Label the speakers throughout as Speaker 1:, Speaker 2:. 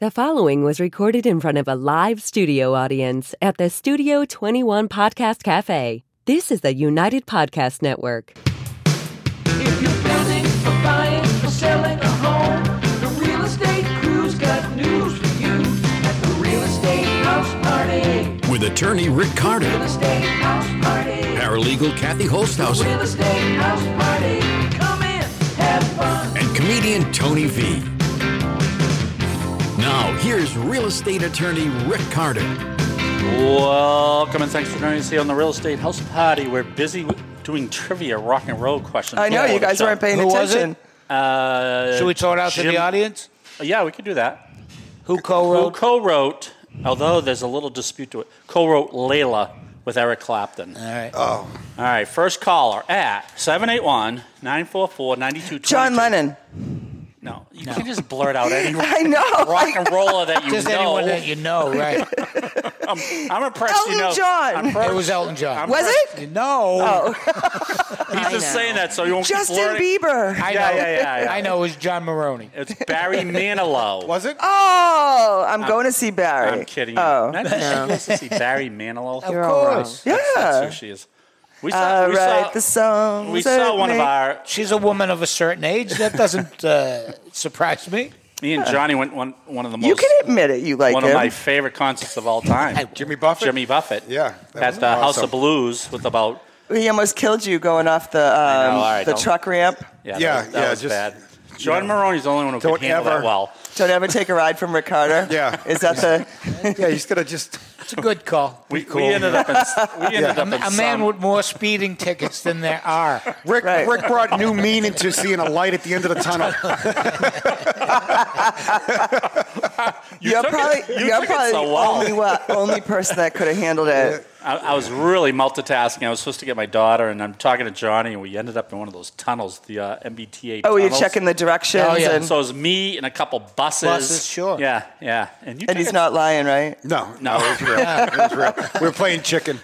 Speaker 1: The following was recorded in front of a live studio audience at the Studio 21 Podcast Cafe. This is the United Podcast Network.
Speaker 2: If you're building or buying or selling a home, the real estate crew's got news for you at the Real Estate House Party.
Speaker 3: with attorney Rick
Speaker 2: Real
Speaker 3: Carter,
Speaker 2: Estate House Party.
Speaker 3: paralegal Kathy Holsthausen,
Speaker 2: Real Estate House Party. Come in, have fun.
Speaker 3: and comedian Tony V. Now, here's real estate attorney Rick Carter.
Speaker 4: Welcome and thanks for joining us here on the Real Estate House Party. We're busy w- doing trivia, rock and roll questions.
Speaker 5: I know
Speaker 4: Hello,
Speaker 5: you guys
Speaker 4: Chuck.
Speaker 5: weren't paying
Speaker 6: Who was
Speaker 5: attention.
Speaker 4: Uh,
Speaker 6: Should we throw it out to
Speaker 4: Jim-
Speaker 6: the audience?
Speaker 4: Oh, Yeah, we could do that.
Speaker 6: Who
Speaker 4: Who
Speaker 6: co-wrote?
Speaker 4: co-wrote? Although there's a little dispute to it. Co-wrote Layla with Eric Clapton.
Speaker 6: All right.
Speaker 5: Oh.
Speaker 4: All right, first caller at 781-944-9222.
Speaker 5: John Lennon.
Speaker 4: No, you can just blurt out any
Speaker 5: I know.
Speaker 4: rock and
Speaker 5: I-
Speaker 4: roller that you
Speaker 6: Just
Speaker 4: know.
Speaker 6: anyone that you know, right?
Speaker 4: I'm impressed. you
Speaker 5: Elton
Speaker 4: know,
Speaker 5: John.
Speaker 4: I'm impressed-
Speaker 6: it was Elton John.
Speaker 4: I'm
Speaker 5: Was
Speaker 4: impressed-
Speaker 5: it? Oh,
Speaker 6: You know.
Speaker 4: He's just saying that so you won't
Speaker 5: Justin
Speaker 4: keep blurting.
Speaker 5: Bieber.
Speaker 6: I know.
Speaker 4: Yeah, yeah, yeah, yeah.
Speaker 6: I know it was John Maroney.
Speaker 4: It's Barry Manilow.
Speaker 7: Was it?
Speaker 5: Oh, I'm going to see Barry.
Speaker 4: I'm kidding.
Speaker 5: Oh,
Speaker 4: Imagine she goes to see Barry Manilow.
Speaker 6: Of course.
Speaker 4: That's who
Speaker 5: yeah.
Speaker 4: she is. We saw,
Speaker 5: I
Speaker 4: we
Speaker 5: write
Speaker 4: saw,
Speaker 5: the songs.
Speaker 4: we saw
Speaker 5: that
Speaker 4: one of
Speaker 5: make-
Speaker 4: our.
Speaker 6: She's a woman of a certain age. That doesn't uh, surprise me.
Speaker 4: Me and Johnny went one one of the most.
Speaker 5: You can admit it. You like
Speaker 4: one
Speaker 5: him.
Speaker 4: of my favorite concerts of all time.
Speaker 7: Jimmy Buffett?
Speaker 4: Jimmy Buffett.
Speaker 7: Yeah, that
Speaker 4: at
Speaker 7: was
Speaker 4: the House of
Speaker 7: awesome.
Speaker 4: Blues with about
Speaker 5: he almost killed you going off the um,
Speaker 4: know, all right,
Speaker 5: the
Speaker 4: don't-
Speaker 5: truck ramp.
Speaker 4: yeah
Speaker 7: Yeah,
Speaker 4: that, that
Speaker 7: yeah,
Speaker 4: was
Speaker 7: just-
Speaker 4: bad. John Maroney's the only one who could
Speaker 7: Don't
Speaker 4: handle that
Speaker 7: ever-
Speaker 4: well.
Speaker 5: Don't ever take a ride from Rick Carter.
Speaker 7: Yeah.
Speaker 5: Is that the?
Speaker 7: Yeah, he's gonna just.
Speaker 6: It's a good call.
Speaker 4: We, we ended up in we ended up
Speaker 6: A,
Speaker 4: in
Speaker 6: a
Speaker 4: some-
Speaker 6: man with more speeding tickets than there are.
Speaker 7: Rick,
Speaker 5: Right.
Speaker 7: Rick brought new meaning to seeing a light at the end of the tunnel.
Speaker 5: You are
Speaker 4: took it-
Speaker 5: probably
Speaker 4: you
Speaker 5: are
Speaker 4: took it
Speaker 5: probably
Speaker 4: so
Speaker 5: the
Speaker 4: well.
Speaker 5: only one, only person that could have handled it.
Speaker 4: I, I was really multitasking. I was supposed to get my daughter, and I'm talking to Johnny, and we ended up in one of those tunnels, the uh, MBTA.
Speaker 5: Oh, you're
Speaker 4: tunnels.
Speaker 5: checking the directions,
Speaker 6: Oh, yeah.
Speaker 5: and,
Speaker 4: So it was me and a couple buses.
Speaker 6: Buses, sure.
Speaker 4: Yeah, yeah. And, you
Speaker 5: and
Speaker 4: took
Speaker 5: he's
Speaker 4: it-
Speaker 5: not lying, right?
Speaker 7: No,
Speaker 4: No.
Speaker 7: it was real. It was real. We were playing chicken.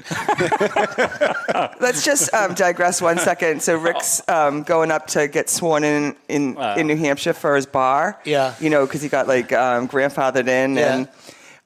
Speaker 5: Let's just um, digress one second. So Rick's um, going up to get sworn in in, in New Hampshire for his bar.
Speaker 6: Yeah.
Speaker 5: you know, because he got like um, grandfathered in,
Speaker 6: Yeah.
Speaker 5: and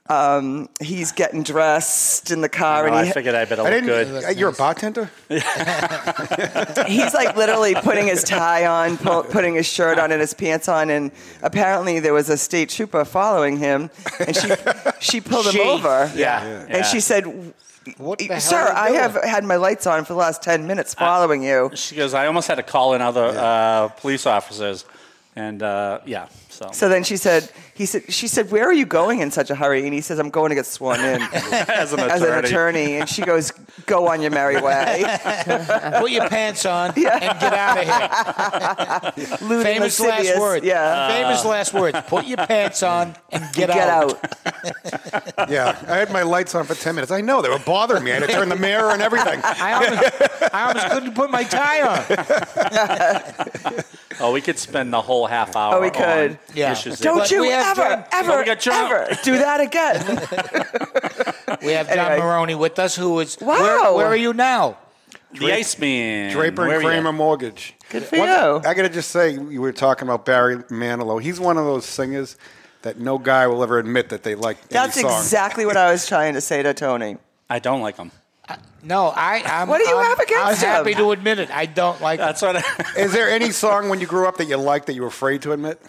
Speaker 5: um, he's getting dressed in the car,
Speaker 4: Oh,
Speaker 5: and
Speaker 4: I
Speaker 5: he,
Speaker 4: figured I better
Speaker 7: I
Speaker 4: look
Speaker 7: didn't.
Speaker 4: good.
Speaker 7: uh, You're a bartender.
Speaker 5: he's like literally putting his tie on, pu- putting his shirt on, and his pants on, and apparently there was a state trooper following him, and she she pulled
Speaker 6: She-
Speaker 5: him over,
Speaker 4: Yeah. yeah.
Speaker 5: and she said.
Speaker 6: What the hell
Speaker 5: Sir,
Speaker 6: are you
Speaker 5: I
Speaker 6: doing?"
Speaker 5: have had my lights on for the last ten minutes following you.
Speaker 4: She goes, I almost had to call in other uh, police officers. And uh, yeah, so.
Speaker 5: So then she said, he said, she said, where are you going in such a hurry? And he says, I'm going to get sworn in
Speaker 4: as an attorney.
Speaker 5: as an attorney. And she goes, go on your merry way.
Speaker 6: Put your pants on and get out of here.
Speaker 5: Lewd and
Speaker 6: Famous last
Speaker 5: lascivious.
Speaker 6: words.
Speaker 5: Yeah.
Speaker 6: Famous last words. Put your pants on and get,
Speaker 5: Get
Speaker 6: out.
Speaker 5: out.
Speaker 7: Yeah, I had my lights on for ten minutes. I know they were bothering me. I had to turn the mirror and everything.
Speaker 6: I almost, I almost couldn't put my tie on.
Speaker 4: Oh, we could spend the whole half hour.
Speaker 5: Oh, we
Speaker 4: on
Speaker 5: could.
Speaker 6: Yeah.
Speaker 4: issues
Speaker 5: Don't
Speaker 4: that-
Speaker 6: But
Speaker 5: you
Speaker 6: we have
Speaker 5: ever,
Speaker 6: John-
Speaker 4: But
Speaker 5: ever,
Speaker 4: we got John.
Speaker 5: ever do that again.
Speaker 6: We have John
Speaker 5: Anyway.
Speaker 6: Maroney with us, who is.
Speaker 5: Wow.
Speaker 6: Where, where are you now?
Speaker 4: The Iceman.
Speaker 7: Draper
Speaker 4: Where
Speaker 7: and
Speaker 4: are you?
Speaker 7: Kramer Mortgage.
Speaker 5: Good for
Speaker 7: One-
Speaker 5: you.
Speaker 7: I gotta just say, you were talking about Barry Manilow. He's one of those singers that no guy will ever admit that they like
Speaker 5: That's
Speaker 7: any song.
Speaker 5: exactly what I was trying to say to Tony.
Speaker 4: I don't like him.
Speaker 6: No, I. I'm,
Speaker 5: What do you
Speaker 6: I'm-
Speaker 5: have against
Speaker 6: I'm happy
Speaker 5: him?
Speaker 6: to admit it. I don't like.
Speaker 4: That's what I.
Speaker 7: Is there any song when you grew up that you liked that you were afraid to admit?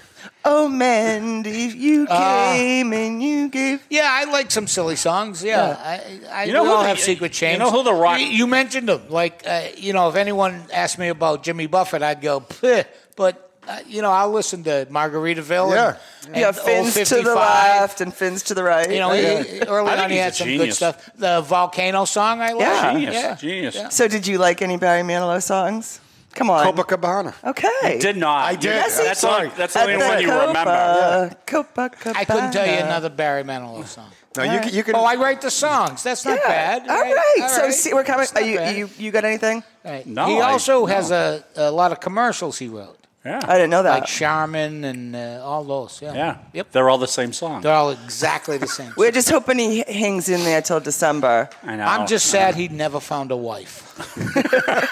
Speaker 5: Oh, Mandy, you
Speaker 6: Ah.
Speaker 5: came and you gave.
Speaker 6: yeah, I like some silly songs. Yeah, I, I
Speaker 4: You know
Speaker 6: we
Speaker 4: who
Speaker 6: all
Speaker 4: the-
Speaker 6: have secret
Speaker 4: you
Speaker 6: chains.
Speaker 4: know who the Rock-
Speaker 6: You, you mentioned them. Like, uh, you know, if anyone asked me about Jimmy Buffett, I'd go, "Peh," but uh, you know, I'll listen to Margaritaville.
Speaker 7: Yeah.
Speaker 6: and,
Speaker 5: Yeah,
Speaker 6: and Old
Speaker 5: fins to the
Speaker 6: 55.
Speaker 5: left and fins to the right.
Speaker 6: You know, he- early
Speaker 4: I think
Speaker 6: on he
Speaker 4: he's a
Speaker 6: had some good
Speaker 4: genius.
Speaker 6: stuff. The volcano song I like.
Speaker 5: Yeah.
Speaker 4: Genius,
Speaker 6: Yeah.
Speaker 4: genius.
Speaker 6: Yeah.
Speaker 5: so did you like any Barry Manilow songs? Come on.
Speaker 7: Copacabana.
Speaker 5: Okay.
Speaker 4: Did not.
Speaker 7: I did.
Speaker 4: That's,
Speaker 7: Yes, he-
Speaker 4: the only-
Speaker 7: Sorry.
Speaker 4: that's the only one you remember.
Speaker 5: Copa, Copacabana.
Speaker 6: I couldn't tell you another Barry Manilow song.
Speaker 7: No, you can, you can.
Speaker 6: Oh, I write the songs. That's not
Speaker 5: Yeah.
Speaker 6: bad.
Speaker 5: All right.
Speaker 6: All
Speaker 5: So
Speaker 6: right.
Speaker 5: see, we're coming.
Speaker 6: It's
Speaker 5: Are
Speaker 6: not
Speaker 5: you,
Speaker 6: bad.
Speaker 5: you you got anything?
Speaker 6: All right.
Speaker 4: No,
Speaker 6: he
Speaker 4: I-
Speaker 6: also
Speaker 4: no.
Speaker 6: has a, a lot of commercials he wrote,
Speaker 5: I didn't know that.
Speaker 6: like Charmin and uh, all those. Yeah.
Speaker 4: Yeah.
Speaker 6: Yep.
Speaker 4: They're all the same song.
Speaker 6: They're all exactly the same.
Speaker 5: we're just hoping he h- hangs in there till December.
Speaker 4: I know.
Speaker 6: I'm just sad he never found a wife.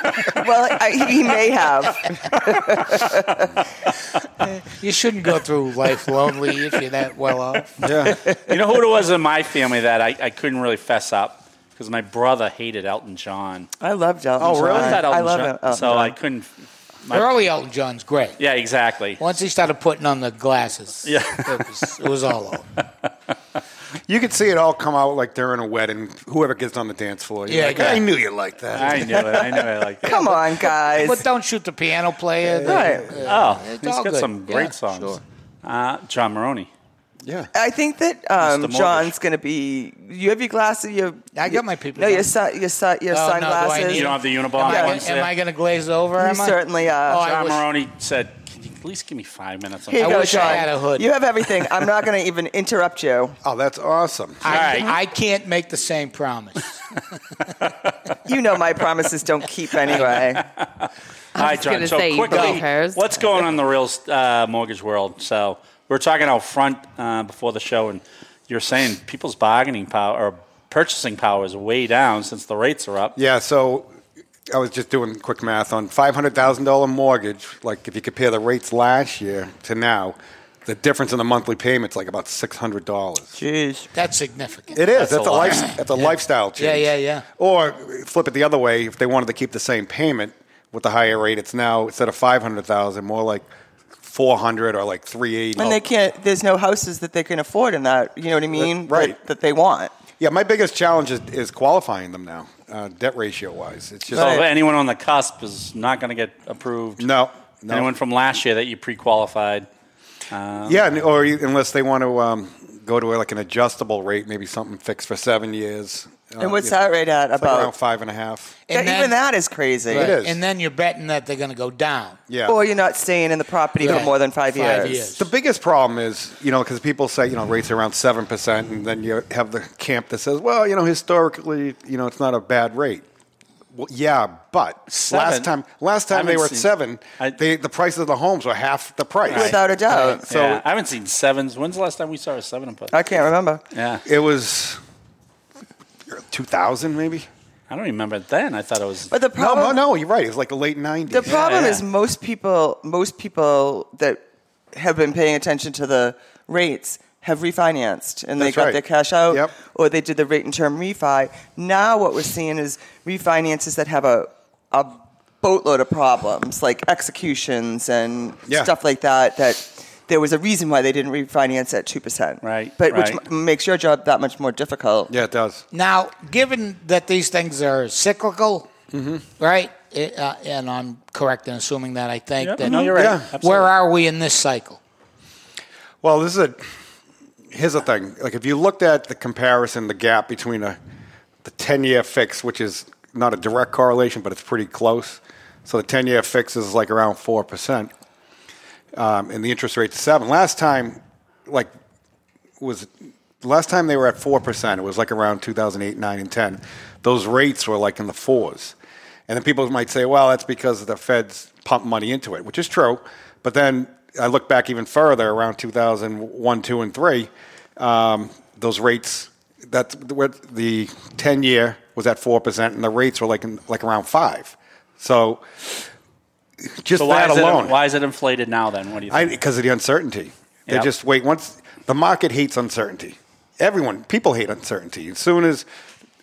Speaker 5: Well, I, he, he may have.
Speaker 6: you shouldn't go through life lonely if you're that well off.
Speaker 4: You know who it was in my family that I, I couldn't really fess up because my brother hated Elton John.
Speaker 5: I loved Elton John.
Speaker 4: I thought Elton
Speaker 5: Oh, I love
Speaker 4: John,
Speaker 5: him. Oh. Elton
Speaker 4: so uh,
Speaker 5: John.
Speaker 4: I couldn't.
Speaker 6: Early Elton John's great.
Speaker 4: Yeah, exactly.
Speaker 6: Once he started putting on the glasses,
Speaker 4: Yeah.
Speaker 6: it, was, it was all over.
Speaker 7: You could see it all come out like they're in a wedding. Whoever gets on the dance floor, you're
Speaker 6: Yeah,
Speaker 7: like,
Speaker 6: yeah.
Speaker 7: I knew you liked that.
Speaker 4: I knew it. I knew it. Like that.
Speaker 5: Come on, guys.
Speaker 6: But don't shoot the piano player.
Speaker 5: Right.
Speaker 4: Oh, he's
Speaker 6: It's all
Speaker 4: got
Speaker 6: good.
Speaker 4: some great
Speaker 6: Yeah,
Speaker 4: songs.
Speaker 6: sure.
Speaker 4: Uh, John Maroney.
Speaker 7: yeah.
Speaker 5: I think that um,
Speaker 4: Mortgage.
Speaker 5: John's going to be. You have your glasses. Your
Speaker 6: I got my people
Speaker 5: No, your
Speaker 6: down.
Speaker 5: sun, your sun, your
Speaker 6: Oh, no, do I
Speaker 5: sunglasses.
Speaker 6: need
Speaker 4: You don't have the Unabomber
Speaker 6: Am I,
Speaker 4: ones
Speaker 6: am
Speaker 4: there?
Speaker 6: I going to glaze over?
Speaker 5: You
Speaker 6: am I?
Speaker 5: certainly uh, are.
Speaker 6: Oh, I
Speaker 4: John
Speaker 6: wish-
Speaker 4: Maroney said, "Can you at least give me five minutes?" on
Speaker 5: Here you
Speaker 4: that?"
Speaker 6: I
Speaker 5: go,
Speaker 6: wish I
Speaker 5: John.
Speaker 6: had a hood.
Speaker 5: You have everything. I'm not going to even interrupt you.
Speaker 7: Oh, that's awesome.
Speaker 6: I,
Speaker 4: All right.
Speaker 6: I can't make the same promise.
Speaker 5: You know my promises don't keep anyway.
Speaker 4: All right,
Speaker 8: was
Speaker 4: John.
Speaker 8: gonna
Speaker 4: So
Speaker 8: say, you
Speaker 4: quickly,
Speaker 8: broke hers.
Speaker 4: what's going on in the real uh, mortgage world? So we are talking out front uh, before the show, and you're saying people's bargaining power or purchasing power is way down since the rates are up.
Speaker 7: Yeah, so I was just doing quick math on five hundred thousand dollar mortgage. Like if you compare the rates last year to now, the difference in the monthly payments like about six hundred dollars.
Speaker 5: Jeez.
Speaker 6: That's significant.
Speaker 7: It is. That's,
Speaker 4: a
Speaker 7: a,
Speaker 4: lot.
Speaker 7: life. That's a lifestyle change.
Speaker 6: Yeah, yeah, yeah.
Speaker 7: Or flip it the other way. If they wanted to keep the same payment with the higher rate, it's now instead of five hundred thousand, more like four hundred or like three eighty.
Speaker 5: And they can't. There's no houses that they can afford in that. You know what I mean?
Speaker 7: Oh. Right. Uh,
Speaker 5: That, that they want.
Speaker 7: Yeah, my biggest challenge is, is qualifying them now, uh, debt ratio wise. It's just
Speaker 4: So
Speaker 5: Right.
Speaker 4: anyone on the cusp is not going to get approved.
Speaker 7: no, no.
Speaker 4: Anyone from last year that you pre-qualified.
Speaker 7: Yeah, and- or you- unless they want to um, go to like an adjustable rate, maybe something fixed for seven years. Uh,
Speaker 5: and what's
Speaker 7: yeah,
Speaker 5: that rate at?
Speaker 7: it's like around
Speaker 5: About
Speaker 7: five and a half.
Speaker 6: And
Speaker 5: even that is crazy.
Speaker 6: right.
Speaker 7: It is.
Speaker 6: And then you're betting that they're going to go down.
Speaker 7: Yeah.
Speaker 5: Or you're not staying in the property
Speaker 6: Right.
Speaker 5: for more than five,
Speaker 6: Five
Speaker 5: years.
Speaker 6: years.
Speaker 7: the biggest problem is, you know, because people say, you know, rates are around 7%, and then you have the camp that says, well, you know, historically, you know, it's not a bad rate. Well, yeah, but
Speaker 4: Seven?
Speaker 7: last time last time
Speaker 4: I
Speaker 7: they
Speaker 4: haven't
Speaker 7: were at
Speaker 4: seen-
Speaker 7: seven,
Speaker 4: I-
Speaker 7: they, the prices of the homes were half the price.
Speaker 5: Without a doubt.
Speaker 7: So
Speaker 4: yeah, I haven't seen sevens. When's the last time we saw a seven and put?
Speaker 5: I can't remember.
Speaker 4: Yeah,
Speaker 7: it was 2000 maybe?
Speaker 4: I don't remember it then. I thought it was.
Speaker 5: But the
Speaker 7: No,
Speaker 5: problem.
Speaker 7: no, no, you're right. It was like the late 90s.
Speaker 5: The problem
Speaker 4: yeah.
Speaker 5: is most people, most people that have been paying attention to the rates have refinanced and they
Speaker 7: That's
Speaker 5: got
Speaker 7: right.
Speaker 5: their cash out,
Speaker 7: Yep.
Speaker 5: or they did the rate and term refi. Now what we're seeing is refinances that have a a boatload of problems, like executions and
Speaker 7: Yeah.
Speaker 5: stuff like that. That there was a reason why they didn't refinance at two percent,
Speaker 4: Right,
Speaker 5: But which
Speaker 4: right.
Speaker 5: m- makes your job that much more difficult.
Speaker 7: yeah, it does.
Speaker 6: Now, given that these things are cyclical,
Speaker 4: Mm-hmm.
Speaker 6: right? It, uh, and I'm correct in assuming that I think
Speaker 4: Yep,
Speaker 6: that.
Speaker 4: no, you're right.
Speaker 7: Yeah.
Speaker 4: Absolutely.
Speaker 6: Where are we in this cycle?
Speaker 7: Well, this is a here's the thing. Like if you looked at the comparison, the gap between a the ten year fix, which is not a direct correlation, but it's pretty close. So the ten year fix is like around four percent, um, and the interest rate's seven. Last time, like was last time they were at four percent. It was like around two thousand eight, nine, and ten. Those rates were like in the fours, and then people might say, "Well, that's because the Feds pump money into it," which is true. But then I look back even further, around two thousand one, two, and three. Um, those rates that's where the ten year was at four percent, and the rates were like in, like around five. So just
Speaker 4: so why
Speaker 7: that
Speaker 4: is,
Speaker 7: alone,
Speaker 4: it, why is it inflated now? Then what do you think?
Speaker 7: because of the uncertainty. They
Speaker 4: Yep.
Speaker 7: just wait. Once the market hates uncertainty, everyone people hate uncertainty. As soon as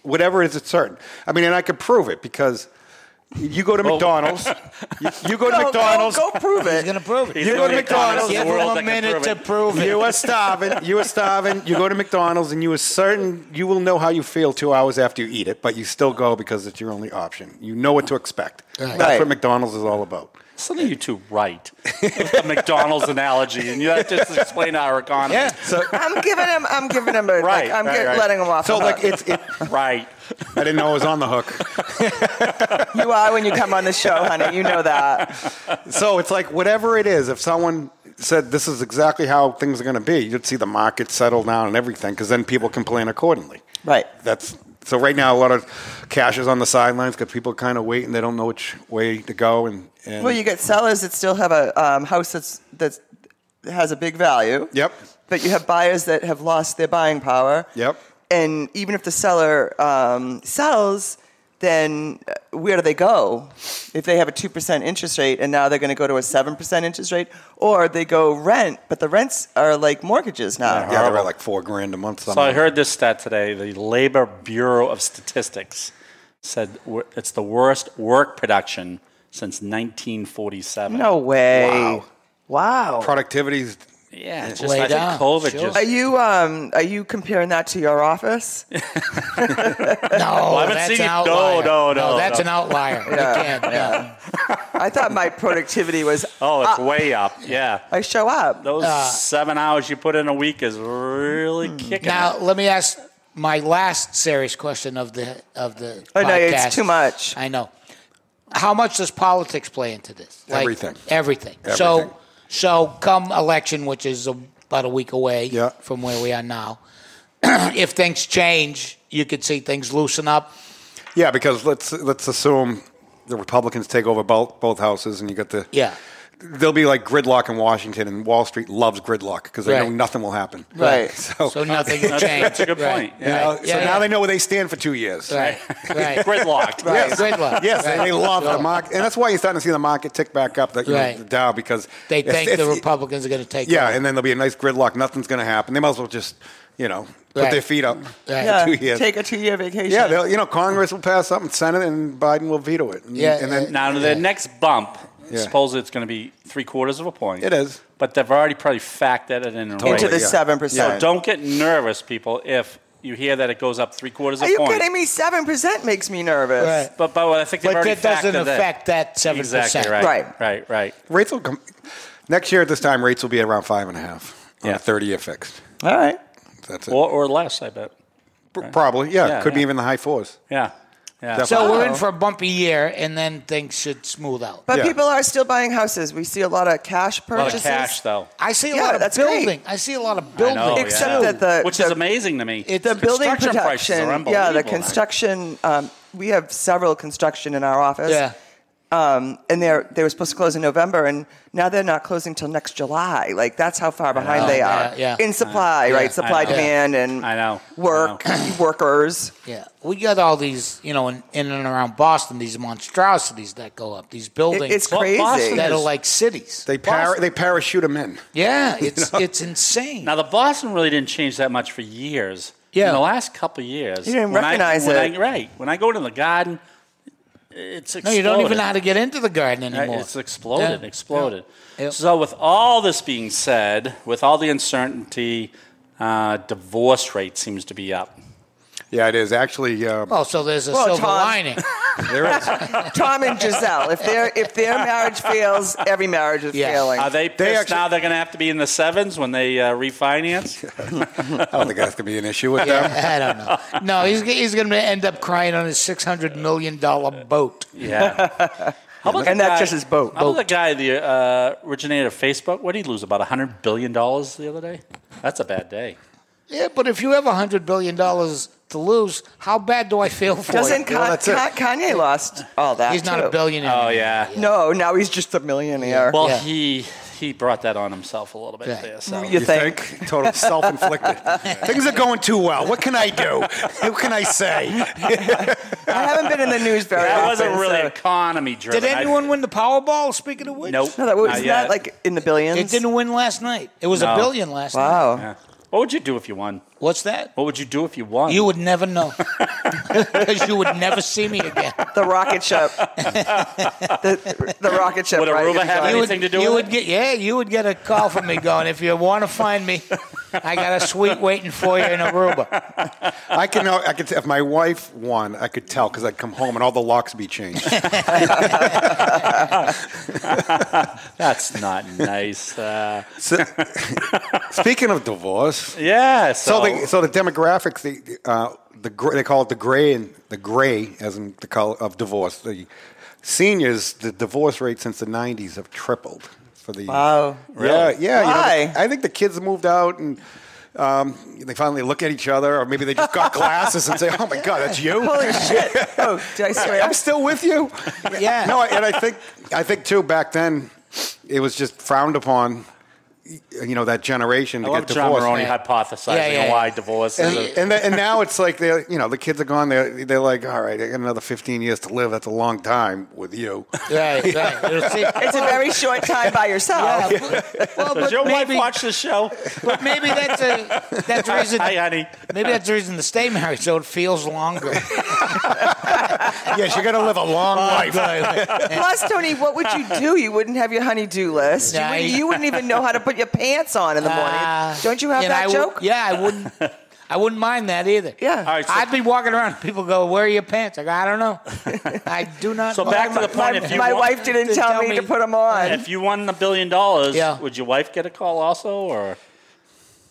Speaker 7: whatever is it's certain, I mean, and I could prove it because you go to McDonald's, you, you go
Speaker 5: Go,
Speaker 7: to
Speaker 5: go,
Speaker 7: McDonald's,
Speaker 5: go prove
Speaker 6: He's
Speaker 5: it.
Speaker 6: going to prove it.
Speaker 4: He's
Speaker 7: You go to
Speaker 4: the only economist in
Speaker 6: Give
Speaker 4: the
Speaker 6: him
Speaker 4: world
Speaker 6: a
Speaker 4: that can
Speaker 6: minute
Speaker 4: prove
Speaker 6: to
Speaker 4: it.
Speaker 6: prove it.
Speaker 7: you are starving, you are starving. You go to McDonald's and you are certain you will know how you feel two hours after you eat it, but you still go because it's your only option. You know what to expect. That's
Speaker 5: Right.
Speaker 7: what McDonald's is all about.
Speaker 4: Some of you two right with the McDonald's analogy, and you have to just explain our economy.
Speaker 6: Yeah.
Speaker 7: So,
Speaker 5: I'm giving him. I'm giving him a.
Speaker 4: Right,
Speaker 5: like, I'm
Speaker 4: right,
Speaker 5: get-
Speaker 4: right.
Speaker 5: letting him off.
Speaker 7: so
Speaker 5: the
Speaker 7: like
Speaker 5: hook.
Speaker 7: it's. It,
Speaker 4: Right.
Speaker 7: I didn't know I was on the hook.
Speaker 5: you are when you come on the show, honey. You know that.
Speaker 7: so it's like whatever it is, if someone said this is exactly how things are going to be, you'd see the market settle down and everything, because then people can plan accordingly.
Speaker 5: Right.
Speaker 7: That's so. Right now, a lot of cash is on the sidelines because people kind of wait and they don't know which way to go. And, and
Speaker 5: Well, you get sellers that still have a um, house that's that's has a big value.
Speaker 7: Yep.
Speaker 5: But you have buyers that have lost their buying power.
Speaker 7: Yep.
Speaker 5: And even if the seller um, sells, then uh, where do they go? if they have a 2% interest rate and now they're going to go to a 7% interest rate, or they go rent, but the rents are like mortgages now.
Speaker 7: Yeah, they're at like four grand a month.
Speaker 4: So I
Speaker 7: somehow.
Speaker 4: heard this stat today. The Labor Bureau of Statistics said we're- it's the worst work production since 1947.
Speaker 5: No way.
Speaker 7: Wow.
Speaker 5: Wow.
Speaker 7: productivity's
Speaker 4: Yeah, it's just
Speaker 6: Way
Speaker 4: I think
Speaker 6: down.
Speaker 4: COVID
Speaker 6: Sure.
Speaker 4: just.
Speaker 5: Are you um are you comparing that to your office?
Speaker 6: No,
Speaker 4: haven't
Speaker 6: that's
Speaker 4: seen
Speaker 6: an
Speaker 4: it. No,
Speaker 6: outlier.
Speaker 4: no, no,
Speaker 6: that's
Speaker 4: no.
Speaker 6: an outlier. You can't. No.
Speaker 5: I thought my productivity was
Speaker 4: oh,
Speaker 6: Uh,
Speaker 4: it's way up. Yeah.
Speaker 5: I show up.
Speaker 4: Those seven hours you put in a week is really kicking.
Speaker 6: Hmm. Now
Speaker 4: it.
Speaker 6: let me ask my last serious question of the of the.
Speaker 5: I know, Oh, it's
Speaker 6: podcast.
Speaker 5: too much.
Speaker 6: I know. How much does politics play into this?
Speaker 7: Everything.
Speaker 6: Everything.
Speaker 7: Everything.
Speaker 6: So so come election, which is about a week away
Speaker 7: Yeah.
Speaker 6: from where we are now. if things change, you could see things loosen up.
Speaker 7: yeah. Because let's let's assume the Republicans take over both both houses, and you got the
Speaker 6: Yeah.
Speaker 7: There'll be like gridlock in Washington, and Wall Street loves gridlock because they know
Speaker 6: Right.
Speaker 7: nothing will happen.
Speaker 5: Right.
Speaker 7: So,
Speaker 6: So nothing will
Speaker 4: That's-
Speaker 6: change.
Speaker 4: that's a good
Speaker 6: Right.
Speaker 4: point.
Speaker 7: you know,
Speaker 6: Right.
Speaker 7: so
Speaker 6: Yeah,
Speaker 7: now
Speaker 6: yeah.
Speaker 7: they know where they stand for two years.
Speaker 6: Right. Right.
Speaker 4: Gridlocked.
Speaker 7: Yes.
Speaker 6: Good luck.
Speaker 7: Yes,
Speaker 6: Right.
Speaker 7: and they love
Speaker 6: Sure.
Speaker 7: the market, and that's why you're starting to see the market tick back up, the, you know,
Speaker 6: Right.
Speaker 7: the Dow, because
Speaker 6: They
Speaker 7: it's-
Speaker 6: think
Speaker 7: it's-
Speaker 6: the Republicans are going to take.
Speaker 7: Yeah,
Speaker 6: over.
Speaker 7: and then there'll be a nice gridlock. Nothing's going to happen. They might as well just, you know, put
Speaker 6: Right.
Speaker 7: their feet up
Speaker 6: Right.
Speaker 7: for
Speaker 5: Yeah,
Speaker 7: two years.
Speaker 5: Uh, take a two year vacation.
Speaker 7: yeah, they'll, you know, Congress will pass something, Senate, and Biden will veto it. And,
Speaker 6: Yeah,
Speaker 7: and then
Speaker 6: yeah.
Speaker 4: Now, the next bump,
Speaker 7: Yeah.
Speaker 4: supposedly it's going to be three quarters of a point.
Speaker 7: It is.
Speaker 4: But they've already probably factored it in.
Speaker 5: into
Speaker 4: already.
Speaker 5: the
Speaker 7: yeah.
Speaker 5: seven
Speaker 4: So
Speaker 5: percent.
Speaker 4: don't get nervous, people, if you hear that it goes up three quarters of
Speaker 5: Are
Speaker 4: a
Speaker 5: you
Speaker 4: point.
Speaker 5: kidding me? Seven percent makes me nervous.
Speaker 6: Right.
Speaker 4: But, but I think they've
Speaker 6: But
Speaker 4: already
Speaker 6: that doesn't
Speaker 4: factored
Speaker 6: affect that seven
Speaker 4: Exactly
Speaker 6: percent.
Speaker 4: right.
Speaker 5: Right.
Speaker 4: Right. Right.
Speaker 7: rates will come next year at this time. Rates will be around five and a half on
Speaker 4: Yeah.
Speaker 7: a thirty-year fixed.
Speaker 5: All right.
Speaker 7: That's it.
Speaker 4: Or, or less, I bet.
Speaker 7: P- Probably, yeah.
Speaker 4: Yeah,
Speaker 7: Could be
Speaker 4: yeah.
Speaker 7: even the high fours.
Speaker 4: Yeah. Yeah.
Speaker 6: So we're in
Speaker 5: Wow.
Speaker 6: for a bumpy year, and then things should smooth out.
Speaker 5: But
Speaker 7: Yeah.
Speaker 5: people are still buying houses. We see a lot of cash
Speaker 4: a lot
Speaker 5: purchases.
Speaker 4: of cash, though.
Speaker 6: I see a
Speaker 5: Yeah,
Speaker 6: lot of
Speaker 5: that's
Speaker 6: building.
Speaker 5: great.
Speaker 6: I see a lot of
Speaker 4: I
Speaker 6: building.
Speaker 4: know,
Speaker 5: Except
Speaker 4: yeah.
Speaker 5: that the-
Speaker 4: which is
Speaker 5: the-
Speaker 4: amazing to me.
Speaker 5: the building
Speaker 4: construction prices are
Speaker 5: production, yeah, the
Speaker 4: unbelievable.
Speaker 5: construction. Um, we have several construction in our office.
Speaker 6: Yeah.
Speaker 5: Um, and they're they were supposed to close in November, and now they're not closing till next July. Like that's how far behind
Speaker 4: know.
Speaker 5: they
Speaker 6: Yeah,
Speaker 5: are
Speaker 6: yeah.
Speaker 5: in supply,
Speaker 6: Yeah, I
Speaker 5: right? Supply
Speaker 4: know.
Speaker 5: demand and
Speaker 4: I know, I
Speaker 5: work workers.
Speaker 6: Yeah, we got all these, you know, in, in and around Boston, these monstrosities that go up, these buildings
Speaker 5: It- it's
Speaker 4: Well,
Speaker 5: crazy.
Speaker 4: Boston
Speaker 6: that are
Speaker 4: is-
Speaker 6: like cities.
Speaker 7: They par- they parachute them in.
Speaker 6: yeah, it's it's insane.
Speaker 4: Now the Boston really didn't change that much for years.
Speaker 6: Yeah.
Speaker 4: in the last couple of years,
Speaker 5: You didn't
Speaker 4: when I-
Speaker 5: recognize
Speaker 4: when
Speaker 5: it.
Speaker 4: I, right? When I go to the garden, it's
Speaker 6: no,
Speaker 4: exploded.
Speaker 6: you don't even know how to get into the garden
Speaker 4: Right,
Speaker 6: anymore.
Speaker 4: It's exploded,
Speaker 6: Yeah.
Speaker 4: exploded.
Speaker 6: Yeah. Yeah.
Speaker 4: So, with all this being said, with all the uncertainty, uh, divorce rate seems to be up.
Speaker 7: Yeah, it is actually. Um,
Speaker 6: Oh, so there's a
Speaker 5: Well,
Speaker 6: silver
Speaker 5: Tom-
Speaker 6: lining.
Speaker 7: there is.
Speaker 5: Tom and Giselle, if their if their marriage fails, every marriage is
Speaker 6: Yeah.
Speaker 5: failing.
Speaker 4: Are they pissed
Speaker 7: actually-
Speaker 4: now? They're going to have to be in the sevens when they uh, refinance.
Speaker 7: I don't think that's gonna be an issue with them.
Speaker 6: I don't know. No, he's he's going to end up crying on his six hundred million dollar boat.
Speaker 4: Yeah. How about
Speaker 5: And
Speaker 4: the
Speaker 5: that
Speaker 4: guy-
Speaker 5: just his boat.
Speaker 4: How about the guy, the uh, originator of Facebook? What did he lose? About $100 billion the other day? That's a bad day.
Speaker 6: Yeah, but if you have hundred billion dollars to lose, how bad do I feel for
Speaker 5: Doesn't
Speaker 6: you?
Speaker 5: Ka- Ka- Kanye lost all that?
Speaker 6: He's not
Speaker 5: too.
Speaker 6: a billionaire.
Speaker 4: Oh, yeah.
Speaker 5: No, now he's just a millionaire.
Speaker 4: Well,
Speaker 6: Yeah.
Speaker 4: he he brought that on himself a little bit
Speaker 6: Right.
Speaker 4: there. So.
Speaker 5: you, think?
Speaker 7: Total self-inflicted. Things are going too well. What can I do? What can I say?
Speaker 5: I haven't been in the news very
Speaker 4: That
Speaker 5: often.
Speaker 4: wasn't really
Speaker 5: so-
Speaker 4: economy driven.
Speaker 6: Did anyone win the Powerball? Speaking of which,
Speaker 4: Nope.
Speaker 5: No, that was
Speaker 4: not
Speaker 5: isn't
Speaker 4: yet.
Speaker 5: that like in the billions.
Speaker 6: It didn't win last night. It was
Speaker 4: No.
Speaker 6: a billion last night.
Speaker 5: Wow.
Speaker 4: Yeah. What would you do if you won?
Speaker 6: What's that?
Speaker 4: What would you do if you won?
Speaker 6: You would never know because you would never see me again.
Speaker 5: The rocket ship. the, the rocket ship.
Speaker 4: Would a
Speaker 5: right,
Speaker 4: Aruba
Speaker 5: you'd
Speaker 4: have
Speaker 5: fly.
Speaker 6: You would,
Speaker 4: Anything to do
Speaker 6: you
Speaker 4: with
Speaker 6: would
Speaker 4: it?
Speaker 6: get yeah, you would get a call from me going if you want to find me, I got a suite waiting for you in Aruba.
Speaker 7: I can know. I could. If my wife won, I could tell because I'd come home and all the locks be changed.
Speaker 4: That's not nice. Uh,
Speaker 7: So- speaking of divorce,
Speaker 4: yeah. So,
Speaker 7: so the, so the demographics, the uh, the gr- they call it the gray and the gray as in the color of divorce. The seniors, the divorce rate since the '90s have tripled for the.
Speaker 6: Oh.
Speaker 5: Wow.
Speaker 7: Yeah, yeah. you know,
Speaker 5: Why?
Speaker 7: I think the kids moved out and. Um, they finally look at each other, or maybe they just got glasses and say, "Oh my God, that's you!"
Speaker 5: Holy shit! Oh, did I swear?
Speaker 7: I'm still with you.
Speaker 6: Yeah.
Speaker 7: No, and I think I think too back then it was just frowned upon. you know that generation
Speaker 4: I
Speaker 7: to
Speaker 4: love
Speaker 7: get
Speaker 4: John
Speaker 7: divorced.
Speaker 4: Maroney
Speaker 6: Yeah.
Speaker 4: hypothesizing
Speaker 6: Yeah, yeah,
Speaker 4: on why
Speaker 6: yeah.
Speaker 4: divorce
Speaker 7: And,
Speaker 4: is a,
Speaker 7: and, the, and now it's like they, are you know, the kids are gone. They're, they're like, all right, I got another 15 years to live. That's a long time with you.
Speaker 6: Right, right. You'll see-
Speaker 5: It's a very short time by
Speaker 6: Yeah,
Speaker 5: yourself.
Speaker 6: but- well,
Speaker 4: Does
Speaker 6: but
Speaker 4: your
Speaker 6: maybe,
Speaker 4: wife watch this show?
Speaker 6: but maybe that's a that's the reason.
Speaker 4: Hi, honey.
Speaker 6: Maybe that's the reason to stay married, so it feels longer.
Speaker 7: yes, you're going to live a long life.
Speaker 5: Plus, Tony, what would you do? You wouldn't have your honey-do list. You,
Speaker 6: Yeah,
Speaker 5: wouldn't,
Speaker 6: I-
Speaker 5: you wouldn't even know how to put your pants on in the morning.
Speaker 6: Uh,
Speaker 5: Don't you have
Speaker 6: and
Speaker 5: that
Speaker 6: I wou-
Speaker 5: joke?
Speaker 6: yeah, I wouldn't. I wouldn't mind that either.
Speaker 5: Yeah.
Speaker 4: All right, so-
Speaker 6: I'd be walking around. People go, "Where are your pants?" I go, "I don't know. I do not."
Speaker 4: So
Speaker 6: know."
Speaker 4: back to the
Speaker 5: My,
Speaker 4: point. if you
Speaker 5: my
Speaker 4: want-
Speaker 5: wife didn't
Speaker 6: to
Speaker 5: tell,
Speaker 6: tell
Speaker 5: me, to
Speaker 6: me-
Speaker 5: put them on.
Speaker 4: if you won a billion dollars,
Speaker 6: Yeah.
Speaker 4: would your wife get a call also, or?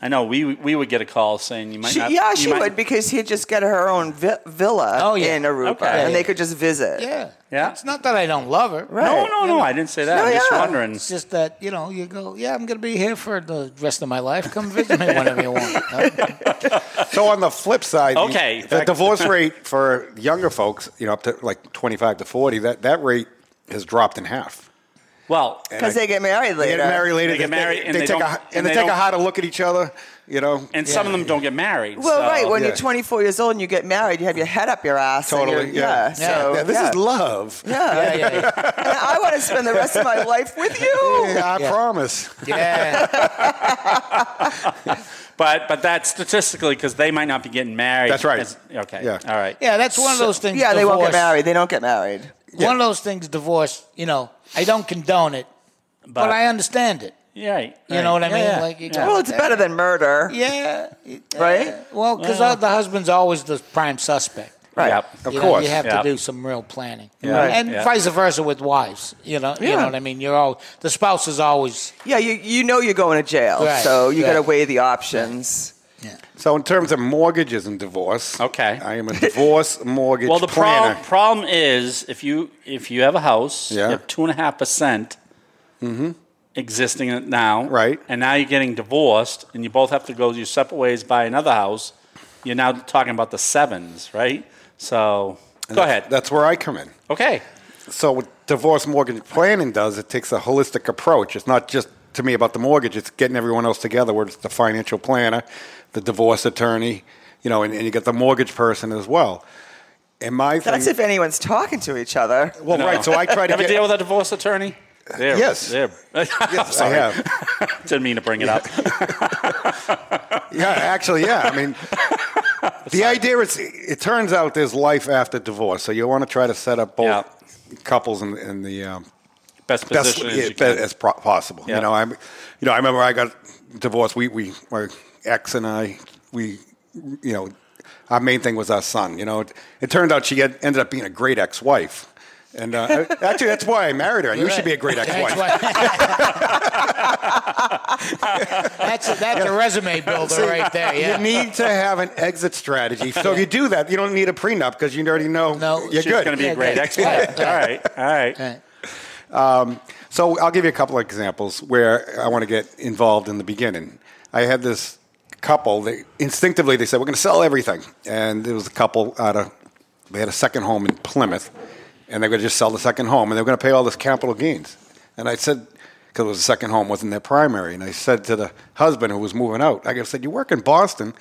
Speaker 4: I know we we would get a call saying you might
Speaker 5: She,
Speaker 4: not.
Speaker 5: yeah,
Speaker 4: you
Speaker 5: she
Speaker 4: might-
Speaker 5: would because he'd just get her own vi- villa
Speaker 6: Oh, yeah.
Speaker 5: in Aruba,
Speaker 4: Okay.
Speaker 5: and they could just visit.
Speaker 6: Yeah.
Speaker 4: Yeah.
Speaker 6: It's not that I don't love her.
Speaker 5: Right.
Speaker 4: No, no, no. I didn't say that.
Speaker 5: No,
Speaker 4: I'm just
Speaker 5: yeah.
Speaker 4: wondering.
Speaker 6: It's just that you know you go. Yeah, I'm gonna be here for the rest of my life. Come visit me whenever you want. Uh,
Speaker 7: So on the flip side, the-
Speaker 4: Okay,
Speaker 7: the,
Speaker 4: back-
Speaker 7: divorce rate for younger folks, you know, up to like 25 to 40, that, that rate has dropped in half.
Speaker 4: Well,
Speaker 5: Because they get married
Speaker 7: They
Speaker 5: later.
Speaker 7: get married later.
Speaker 4: They get married and they
Speaker 7: take a,
Speaker 4: don't-
Speaker 7: and,
Speaker 4: and
Speaker 7: they,
Speaker 4: they
Speaker 7: take a
Speaker 4: don't-
Speaker 7: harder look at each other. You know,
Speaker 4: and some of them don't get married.
Speaker 5: Well,
Speaker 4: so-
Speaker 5: right. When
Speaker 7: Yeah.
Speaker 5: you're 24 years old and you get married, you have your head up your ass. and
Speaker 7: totally.
Speaker 5: you're-
Speaker 7: Yeah.
Speaker 5: yeah. So,
Speaker 7: Yeah, this
Speaker 5: yeah.
Speaker 7: is love.
Speaker 5: Yeah.
Speaker 6: yeah, yeah, yeah.
Speaker 5: And I want to spend the rest of my life with you.
Speaker 7: Yeah, I promise.
Speaker 6: yeah.
Speaker 4: But but that's statistically because they might not be getting married.
Speaker 7: That's right.
Speaker 4: As- okay.
Speaker 7: Yeah.
Speaker 4: All right.
Speaker 6: Yeah, That's one of those things.
Speaker 5: Yeah, they won't get
Speaker 6: divorce-
Speaker 5: married. They don't get married.
Speaker 6: One of those things. Divorce. You know, I don't condone it, but, I understand it.
Speaker 4: Yeah. right,
Speaker 6: You
Speaker 4: right.
Speaker 6: know what I
Speaker 4: Yeah,
Speaker 6: mean?
Speaker 4: yeah.
Speaker 6: Like you
Speaker 5: Well, it's better than murder.
Speaker 6: Yeah. it-
Speaker 5: Right?
Speaker 6: uh, Well, because the husband's always the prime suspect.
Speaker 5: Right.
Speaker 4: Yep.
Speaker 7: Of
Speaker 6: you know,
Speaker 7: course.
Speaker 6: you have
Speaker 4: Yeah.
Speaker 6: to do some real planning,
Speaker 5: Yeah.
Speaker 6: and
Speaker 4: Yeah.
Speaker 6: vice versa with wives. You know, you
Speaker 5: Yeah.
Speaker 6: know what I mean. You're all the spouse is always
Speaker 5: Yeah, you, you know you're going to jail,
Speaker 6: Right,
Speaker 5: so you got to
Speaker 6: right.
Speaker 5: weigh the options.
Speaker 7: So in terms of mortgages and divorce,
Speaker 4: Okay.
Speaker 7: I am a divorce mortgage
Speaker 4: Well, the
Speaker 7: planner.
Speaker 4: prob- problem is if you if you have a house,
Speaker 7: Yeah. Mm-hmm.
Speaker 4: you have two and a half percent existing now,
Speaker 7: Right.
Speaker 4: And now you're getting divorced, and you both have to go your separate ways, buy another house. You're now talking about the sevens, right? So go ahead.
Speaker 7: That's where I come in.
Speaker 4: okay.
Speaker 7: So what divorce mortgage planning does, it takes a holistic approach. It's not just to me about the mortgage. It's getting everyone else together. Where it's the financial planner, the divorce attorney, you know, and, and you get the mortgage person as well. And my thing,
Speaker 5: That's if anyone's talking to each other.
Speaker 7: well, right. So I try to
Speaker 4: Ever
Speaker 7: get.
Speaker 4: deal with a divorce attorney? There,
Speaker 7: Yes.
Speaker 4: There.
Speaker 7: yes, I have.
Speaker 4: Didn't mean to bring it up.
Speaker 7: Yeah, actually, yeah. I mean, the idea is it turns out there's life after divorce. So you want to try to set up both couples in, in the um,
Speaker 4: Best
Speaker 7: best
Speaker 4: position. as
Speaker 7: yeah,
Speaker 4: you
Speaker 7: be-
Speaker 4: can.
Speaker 7: as pro- possible.
Speaker 4: Yeah.
Speaker 7: You know, I'm, you know, I remember I got divorced. We, we, my ex and I, we, you know, our main thing was our son. You know, it, it turned out she had, ended up being a great ex-wife. And uh, I- actually, that's why I married her. I knew she'd be a great
Speaker 6: That's
Speaker 7: ex-wife.
Speaker 6: why- that's a, that's a resume builder right there. Yeah.
Speaker 7: You need to have an exit strategy. So if you do that, you don't need a prenup because you already know
Speaker 6: No.
Speaker 7: you're
Speaker 4: She's
Speaker 7: good.
Speaker 4: going to be
Speaker 6: Yeah,
Speaker 4: a great
Speaker 6: good.
Speaker 4: expert. all right. All right.
Speaker 6: Right.
Speaker 7: So I'll give you a couple of examples where I want to get involved in the beginning. I had this couple. They instinctively they said we're going to sell everything, and it was a couple out of they had a second home in Plymouth, and they were going to just sell the second home, and they were going to pay all this capital gains. And I said because it was a second home, wasn't their primary, and I said to the husband who was moving out, I said, "You work in Boston."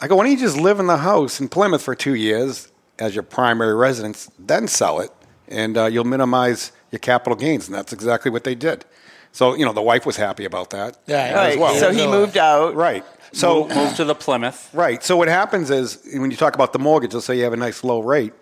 Speaker 7: I go, why don't you just live in the house in Plymouth for two years as your primary residence, then sell it, and uh, you'll minimize your capital gains. And that's exactly what they did. So, you know, the wife was happy about that
Speaker 6: Yeah, yeah.
Speaker 7: as
Speaker 5: Right.
Speaker 7: well.
Speaker 5: So he moved out.
Speaker 7: right. So,
Speaker 4: Move- move to the Plymouth.
Speaker 7: right. So what happens is when you talk about the mortgage, let's say you have a nice low rate.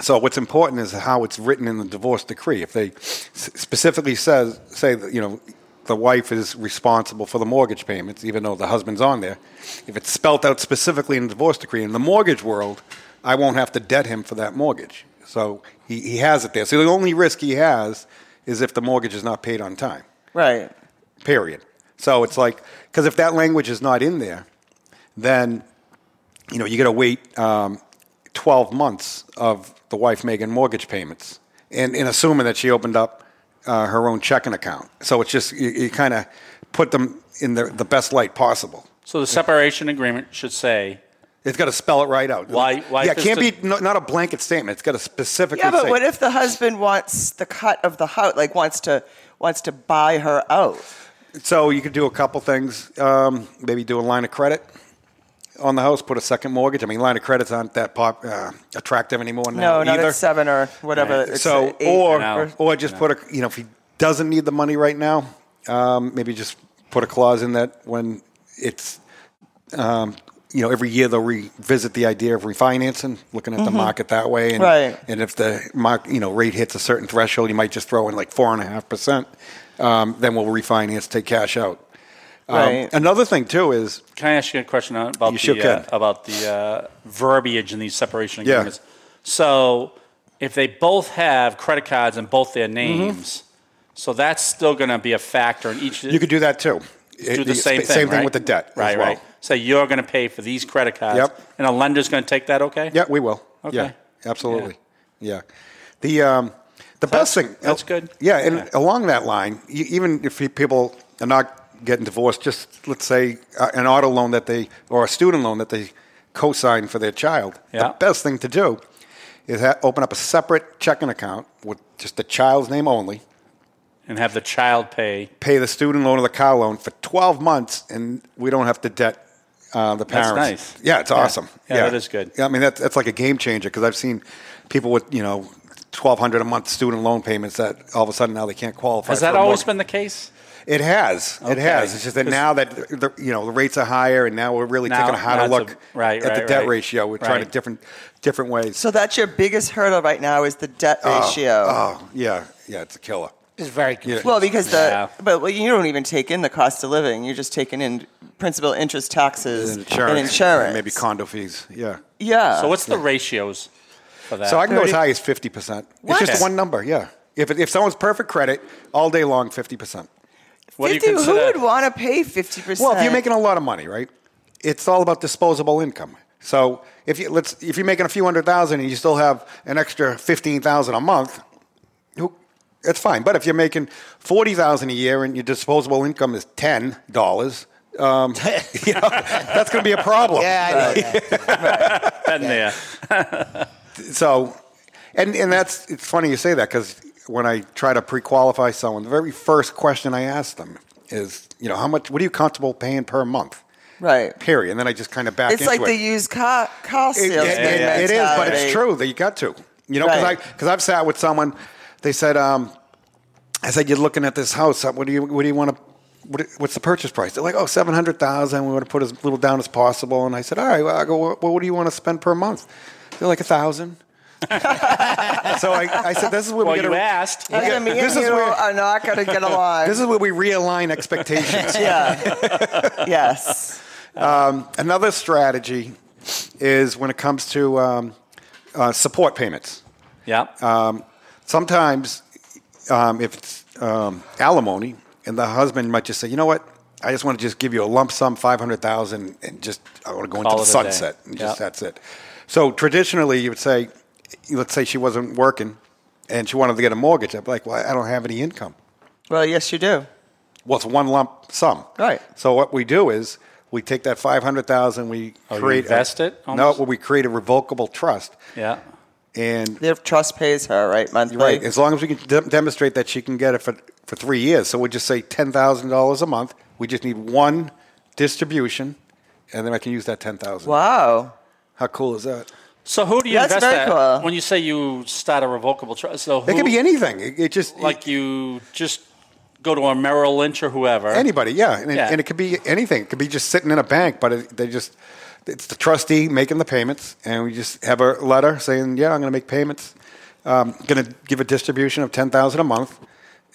Speaker 7: So what's important is how it's written in the divorce decree. If they s- specifically says say that you know the wife is responsible for the mortgage payments, even though the husband's on there, if it's spelt out specifically in the divorce decree in the mortgage world, I won't have to debt him for that mortgage. So he, he has it there. So the only risk he has is if the mortgage is not paid on time
Speaker 5: Right.
Speaker 7: period. So it's like because if that language is not in there, then you know you got to wait um, twelve months of the wife making mortgage payments, and, and assuming that she opened up uh, her own checking account. So it's just you, you kind of put them in the, the best light possible.
Speaker 4: So the separation agreement should say
Speaker 7: It's got to spell it right out.
Speaker 4: Why- why
Speaker 7: yeah, it
Speaker 4: is
Speaker 7: can't
Speaker 4: the-
Speaker 7: be no, not a blanket statement. It's got to specifically.
Speaker 5: Yeah, but
Speaker 7: say-
Speaker 5: what if the husband wants the cut of the house, like wants to wants to buy her out?
Speaker 7: So you could do a couple things. Um, maybe do a line of credit on the house, put a second mortgage. I mean, line of credits aren't that pop, uh, attractive anymore now.
Speaker 5: No, not
Speaker 7: either.
Speaker 5: at seven or whatever.
Speaker 4: Right.
Speaker 5: It's
Speaker 7: so
Speaker 5: uh, eight
Speaker 7: or
Speaker 4: No.
Speaker 7: or just put a you know if he doesn't need the money right now, um, maybe just put a clause in that when it's um, you know every year they'll revisit the idea of refinancing, looking at the
Speaker 4: Mm-hmm.
Speaker 7: market that way, and
Speaker 5: Right.
Speaker 7: and if the mark you know rate hits a certain threshold, you might just throw in like four and a half percent. Um, Then we'll refinance, take cash out. Um,
Speaker 5: Right.
Speaker 7: Another thing too is
Speaker 4: Can I ask you a question on- about
Speaker 7: You
Speaker 4: the
Speaker 7: sure
Speaker 4: uh,
Speaker 7: can.
Speaker 4: about the uh, verbiage in these separation
Speaker 7: Yeah.
Speaker 4: agreements? So, if they both have credit cards in both their
Speaker 7: Mm-hmm.
Speaker 4: names, so that's still going to be a factor in each.
Speaker 7: you could do that too.
Speaker 4: do the same thing.
Speaker 7: Same thing
Speaker 4: right?
Speaker 7: with the debt. as
Speaker 4: Right.
Speaker 7: well.
Speaker 4: Right. So you're going to pay for these credit cards,
Speaker 7: Yep.
Speaker 4: and a lender's going to take that. Okay.
Speaker 7: Yeah, we will.
Speaker 4: Okay.
Speaker 7: Yeah, absolutely. Yeah. The um, the best thing.
Speaker 4: that's good.
Speaker 7: Yeah, and
Speaker 4: Yeah.
Speaker 7: along that line, you, even if you- people are not getting divorced, just let's say uh, an auto loan that they or a student loan that they co-sign for their child.
Speaker 4: Yeah.
Speaker 7: The best thing to do is ha- open up a separate checking account with just the child's name only.
Speaker 4: And have the child pay.
Speaker 7: Pay the student loan or the car loan for twelve months, and we don't have to debt. Uh, the
Speaker 4: That's
Speaker 7: parents.
Speaker 4: nice.
Speaker 7: Yeah, it's
Speaker 4: Yeah.
Speaker 7: awesome.
Speaker 4: Yeah, that is good.
Speaker 7: Yeah, I mean, that's, that's like a game changer because I've seen people with, you know, 1200 a month student loan payments that all of a sudden now they can't qualify.
Speaker 4: Has that
Speaker 7: for a
Speaker 4: always
Speaker 7: mortgage.
Speaker 4: been the case?
Speaker 7: It has. It
Speaker 4: Okay.
Speaker 7: has. It's just that
Speaker 4: 'Cause-
Speaker 7: now that, the, you know, the rates are higher and now we're really
Speaker 4: Now-
Speaker 7: taking a harder
Speaker 4: now
Speaker 7: look
Speaker 4: it's a- right,
Speaker 7: at the
Speaker 4: right,
Speaker 7: debt
Speaker 4: right.
Speaker 7: ratio. We're trying
Speaker 4: Right.
Speaker 7: to different, different ways.
Speaker 5: So that's your biggest hurdle right now is the debt ratio.
Speaker 7: oh, yeah. Yeah, it's a killer.
Speaker 6: It's very confusing.
Speaker 5: Well, because the
Speaker 4: Yeah.
Speaker 5: but well, you don't even take in the cost of living. You're just taking in principal, interest, taxes,
Speaker 7: Insurance.
Speaker 5: and insurance.
Speaker 7: Maybe condo fees. Yeah.
Speaker 5: Yeah.
Speaker 4: So what's the ratios for that?
Speaker 7: Uh, So I can go as high as 50%. It's
Speaker 4: What?
Speaker 7: just one number. Yeah. If, it, if someone's perfect credit, all day long, 50%.
Speaker 4: what do you
Speaker 5: 50, who
Speaker 4: consider-
Speaker 5: would want to pay fifty percent?
Speaker 7: Well, if you're making a lot of money, right? It's all about disposable income. So if you let's if you're making a few hundred thousand and you still have an extra fifteen thousand a month, who- that's fine. But if you're making forty thousand a year and your disposable income is ten dollars, um, you know, that's going to be a problem.
Speaker 6: yeah, I know that.
Speaker 4: Been there.
Speaker 7: So, and and that's it's funny you say that because when I try to pre-qualify someone, the very first question I ask them is, you know, how much? What are you comfortable paying per month?
Speaker 5: right.
Speaker 7: Period. And then I just kind of back.
Speaker 5: It's
Speaker 7: into
Speaker 5: like
Speaker 7: it.
Speaker 5: the used car car
Speaker 7: It-
Speaker 5: salesman
Speaker 7: it- it- it is, but it's
Speaker 5: mentality.
Speaker 7: true that you got to. You know, because
Speaker 5: Right.
Speaker 7: I've sat with someone, they said, um, I said, you're looking at this house. uh, What do you What do you want to? What, do- what's the purchase price? They're like, oh, seven hundred thousand. We want to put as little down as possible. And I said, all right. Well, I go. Well, what do you want to spend per month? They're like a thousand. so I, I said, this is where
Speaker 4: Well,
Speaker 7: we
Speaker 4: you
Speaker 7: gotta-
Speaker 4: asked.
Speaker 5: Either me and
Speaker 7: this is
Speaker 5: you
Speaker 7: where-
Speaker 5: are not going to get along.
Speaker 7: This is where we realign expectations.
Speaker 5: yeah. yes.
Speaker 7: Another strategy is when it comes to um, uh, support payments.
Speaker 4: Yeah.
Speaker 7: Uh, sometimes um, if it's um, alimony and the husband might just say, you know what, I just want to just give you a lump sum, five hundred thousand, and just I want to go into
Speaker 4: Call it a
Speaker 7: the
Speaker 4: day.
Speaker 7: sunset. And just
Speaker 4: Yep.
Speaker 7: that's it. So traditionally, you would say, let's say she wasn't working and she wanted to get a mortgage. I'd be like, well, I don't have any income.
Speaker 5: Well, yes, you do.
Speaker 7: Well, it's one lump sum.
Speaker 5: Right.
Speaker 7: So what we do is we take that five hundred thousand, we
Speaker 4: Oh, you
Speaker 7: create
Speaker 4: invest
Speaker 7: a,
Speaker 4: it
Speaker 7: No,
Speaker 4: almost?
Speaker 7: we create a revocable trust,
Speaker 4: yeah.
Speaker 7: and
Speaker 5: Their trust pays her right monthly.
Speaker 7: Right. As long as we can de- demonstrate that she can get it for, for three years. So we just say $10,000 a month. We just need one distribution, and then I can use that 10000
Speaker 5: Wow.
Speaker 7: How cool is that?
Speaker 4: So who do you
Speaker 5: That's
Speaker 4: invest
Speaker 5: very
Speaker 4: at?
Speaker 5: cool.
Speaker 4: When you say you start a revocable trust, so who,
Speaker 7: It could be anything. It, it just,
Speaker 4: like you just go to a Merrill Lynch or whoever.
Speaker 7: anybody, yeah. And, it-
Speaker 4: Yeah.
Speaker 7: and it could be anything. It could be just sitting in a bank, but it, they just, it's the trustee making the payments, and we just have a letter saying, yeah, I'm going to make payments. Um, going to give a distribution of 10000 a month.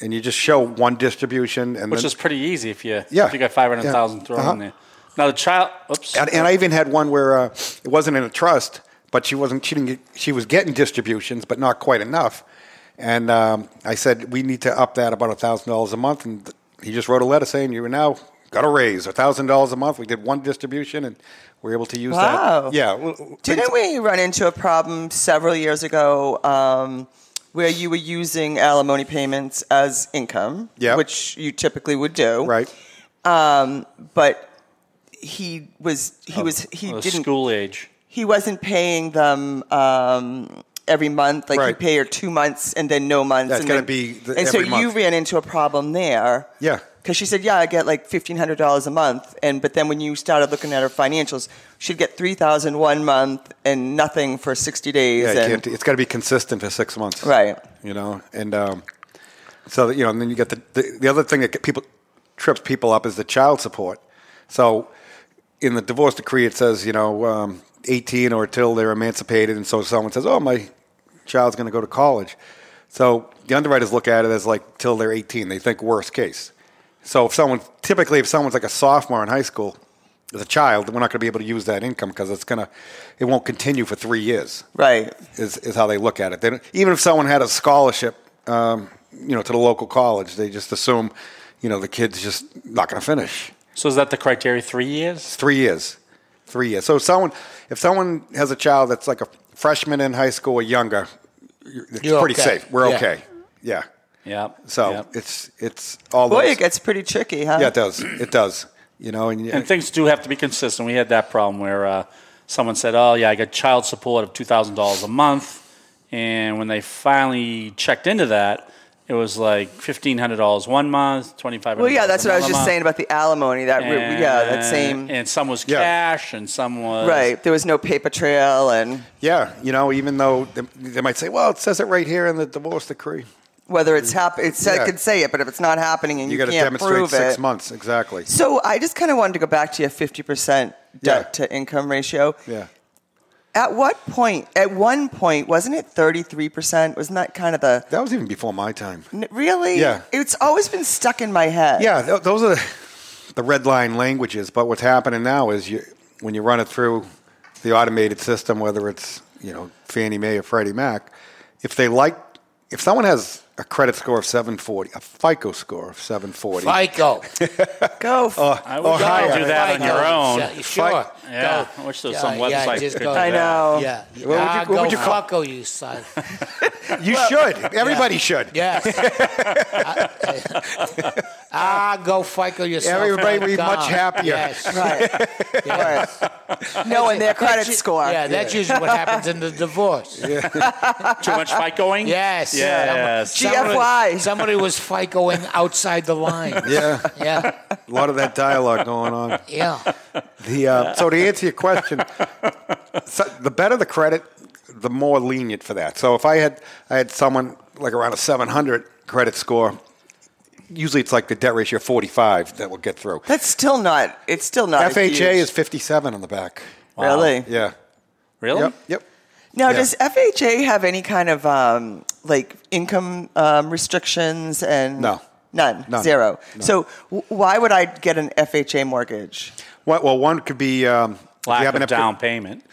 Speaker 7: And you just show one distribution, and
Speaker 4: which
Speaker 7: then,
Speaker 4: is pretty easy if you
Speaker 7: Yeah.
Speaker 4: if you got five hundred thousand
Speaker 7: Yeah.
Speaker 4: thrown
Speaker 7: Uh-huh.
Speaker 4: in there. Now the child, oops,
Speaker 7: and, and I even had one where uh, it wasn't in a trust, but she wasn't. She didn't. Get, she was getting distributions, but not quite enough. And um, I said we need to up that about thousand dollars a month. And th- he just wrote a letter saying you are now got a raise, thousand dollars a month. We did one distribution, and we are able to use
Speaker 5: Wow.
Speaker 7: that. Yeah. w- w-
Speaker 5: Didn't
Speaker 7: things-
Speaker 5: we run into a problem several years ago um, where you were using alimony payments as income,
Speaker 7: Yeah.
Speaker 5: which you typically would do,
Speaker 7: Right.
Speaker 5: Um, but he was he was he
Speaker 4: Oh, the
Speaker 5: didn't
Speaker 4: school age.
Speaker 5: he wasn't paying them um, every month. Like you
Speaker 7: Right.
Speaker 5: pay her two months and then no months.
Speaker 7: That's
Speaker 5: and
Speaker 7: gotta
Speaker 5: then-
Speaker 7: be the-
Speaker 5: and so
Speaker 7: every
Speaker 5: you
Speaker 7: month.
Speaker 5: ran into a problem there.
Speaker 7: Yeah.
Speaker 5: Because she said, "Yeah, I get like fifteen hundred dollars a month," and but then when you started looking at her financials, she'd get three thousand one month and nothing for sixty days.
Speaker 7: Yeah, you
Speaker 5: and
Speaker 7: can't, it's got to be consistent for six months,
Speaker 5: Right.
Speaker 7: You know, and um, so that, you know, and then you get the, the the other thing that get people trips people up is the child support. So in the divorce decree, it says you know um, eighteen or till they're emancipated, and so someone says, "Oh, my child's going to go to college." So the underwriters look at it as like till they're eighteen. They think worst case. So if someone typically if someone's like a sophomore in high school as a child, we're not going to be able to use that income because it's gonna it won't continue for three years
Speaker 5: right.
Speaker 7: is, is how they look at it. They don't, even if someone had a scholarship, um, you know, to the local college, they just assume, you know, the kid's just not going to finish.
Speaker 4: So is that the criteria? Three years?
Speaker 7: It's three years, three years. So if someone, if someone has a child that's like a freshman in high school or younger, you're- it's
Speaker 6: You're
Speaker 7: pretty
Speaker 6: okay.
Speaker 7: safe. We're
Speaker 6: Yeah.
Speaker 7: okay. Yeah.
Speaker 4: Yeah.
Speaker 7: So
Speaker 4: yeah.
Speaker 7: it's it's all
Speaker 5: Boy,
Speaker 7: those-
Speaker 5: it gets pretty tricky, huh?
Speaker 7: yeah, it does. It does. You know, and,
Speaker 4: and things do have to be consistent. We had that problem where uh, someone said, "Oh yeah, I got child support of two thousand dollars a month," and when they finally checked into that, it was like fifteen hundred dollars one month, twenty five.
Speaker 5: Well, yeah, that's what I was just saying about the alimony. That re- yeah, that same
Speaker 4: And some was
Speaker 7: Yeah.
Speaker 4: cash, and some was
Speaker 5: right. There was no paper trail, and
Speaker 7: yeah, you know, even though they, they might say, well, it says it right here in the divorce decree.
Speaker 5: whether it's happening, it said,
Speaker 7: Yeah.
Speaker 5: can say it, but if it's not happening and you,
Speaker 7: You, got to
Speaker 5: can't
Speaker 7: demonstrate
Speaker 5: prove
Speaker 7: six
Speaker 5: it,
Speaker 7: months exactly.
Speaker 5: So I just kind of wanted to go back to your fifty percent debt
Speaker 7: Yeah.
Speaker 5: to income ratio.
Speaker 7: Yeah.
Speaker 5: At what point? At one point, wasn't it thirty three percent? Wasn't that kind of the
Speaker 7: That was even before my time.
Speaker 5: n- really?
Speaker 7: Yeah.
Speaker 5: It's always been stuck in my head.
Speaker 7: Yeah, th- those are the red line languages. But what's happening now is you, when you run it through the automated system, whether it's you know Fannie Mae or Freddie Mac, if they like, if someone has a credit score of 740, a FICO score of 740,
Speaker 6: FICO.
Speaker 5: Go. f-
Speaker 7: Oh,
Speaker 4: I wish you could
Speaker 7: higher.
Speaker 4: do that on
Speaker 6: FICO.
Speaker 4: your own.
Speaker 6: Yeah, Sure.
Speaker 4: Yeah,
Speaker 6: Go.
Speaker 4: I wish there was
Speaker 6: Yeah,
Speaker 4: some
Speaker 6: yeah,
Speaker 4: website
Speaker 6: just
Speaker 4: could
Speaker 6: go
Speaker 4: do
Speaker 5: I
Speaker 4: that.
Speaker 5: know.
Speaker 6: Yeah. What
Speaker 7: would you- what would you call-
Speaker 6: FICO, you son.
Speaker 7: you should. Everybody should.
Speaker 6: Yes. I- ah, go FICO yourself.
Speaker 7: Everybody would be
Speaker 6: God.
Speaker 7: much happier.
Speaker 6: Yes.
Speaker 5: Right.
Speaker 6: yes.
Speaker 5: No, and their credit
Speaker 6: That's-
Speaker 5: score.
Speaker 6: Yeah, that's usually what happens in the divorce.
Speaker 4: Too much fight going.
Speaker 6: Yes.
Speaker 4: Yes.
Speaker 6: Someone-
Speaker 5: GFY.
Speaker 6: Somebody was FICOing outside the line.
Speaker 7: Yeah,
Speaker 6: Yeah.
Speaker 7: a lot of that dialogue going on.
Speaker 6: Yeah.
Speaker 7: The uh, so to answer your question, so the better the credit, the more lenient for that. So if I had I had someone like around a 700 credit score, usually it's like the debt ratio 45 that will get through.
Speaker 5: That's still not. It's still not. a
Speaker 7: FHA
Speaker 5: huge-
Speaker 7: is 57 on the back.
Speaker 5: really.
Speaker 7: Yeah.
Speaker 4: Really?
Speaker 7: Yep. Yep.
Speaker 5: Now,
Speaker 7: Yeah.
Speaker 5: does FHA have any kind of um, like income um, restrictions and
Speaker 7: No.
Speaker 5: none,
Speaker 7: None.
Speaker 5: zero?
Speaker 7: No.
Speaker 5: So, w- why would I get an FHA mortgage?
Speaker 7: Well, well one could be um, if you
Speaker 4: Lack
Speaker 7: happen
Speaker 4: of
Speaker 7: to-
Speaker 4: down payment.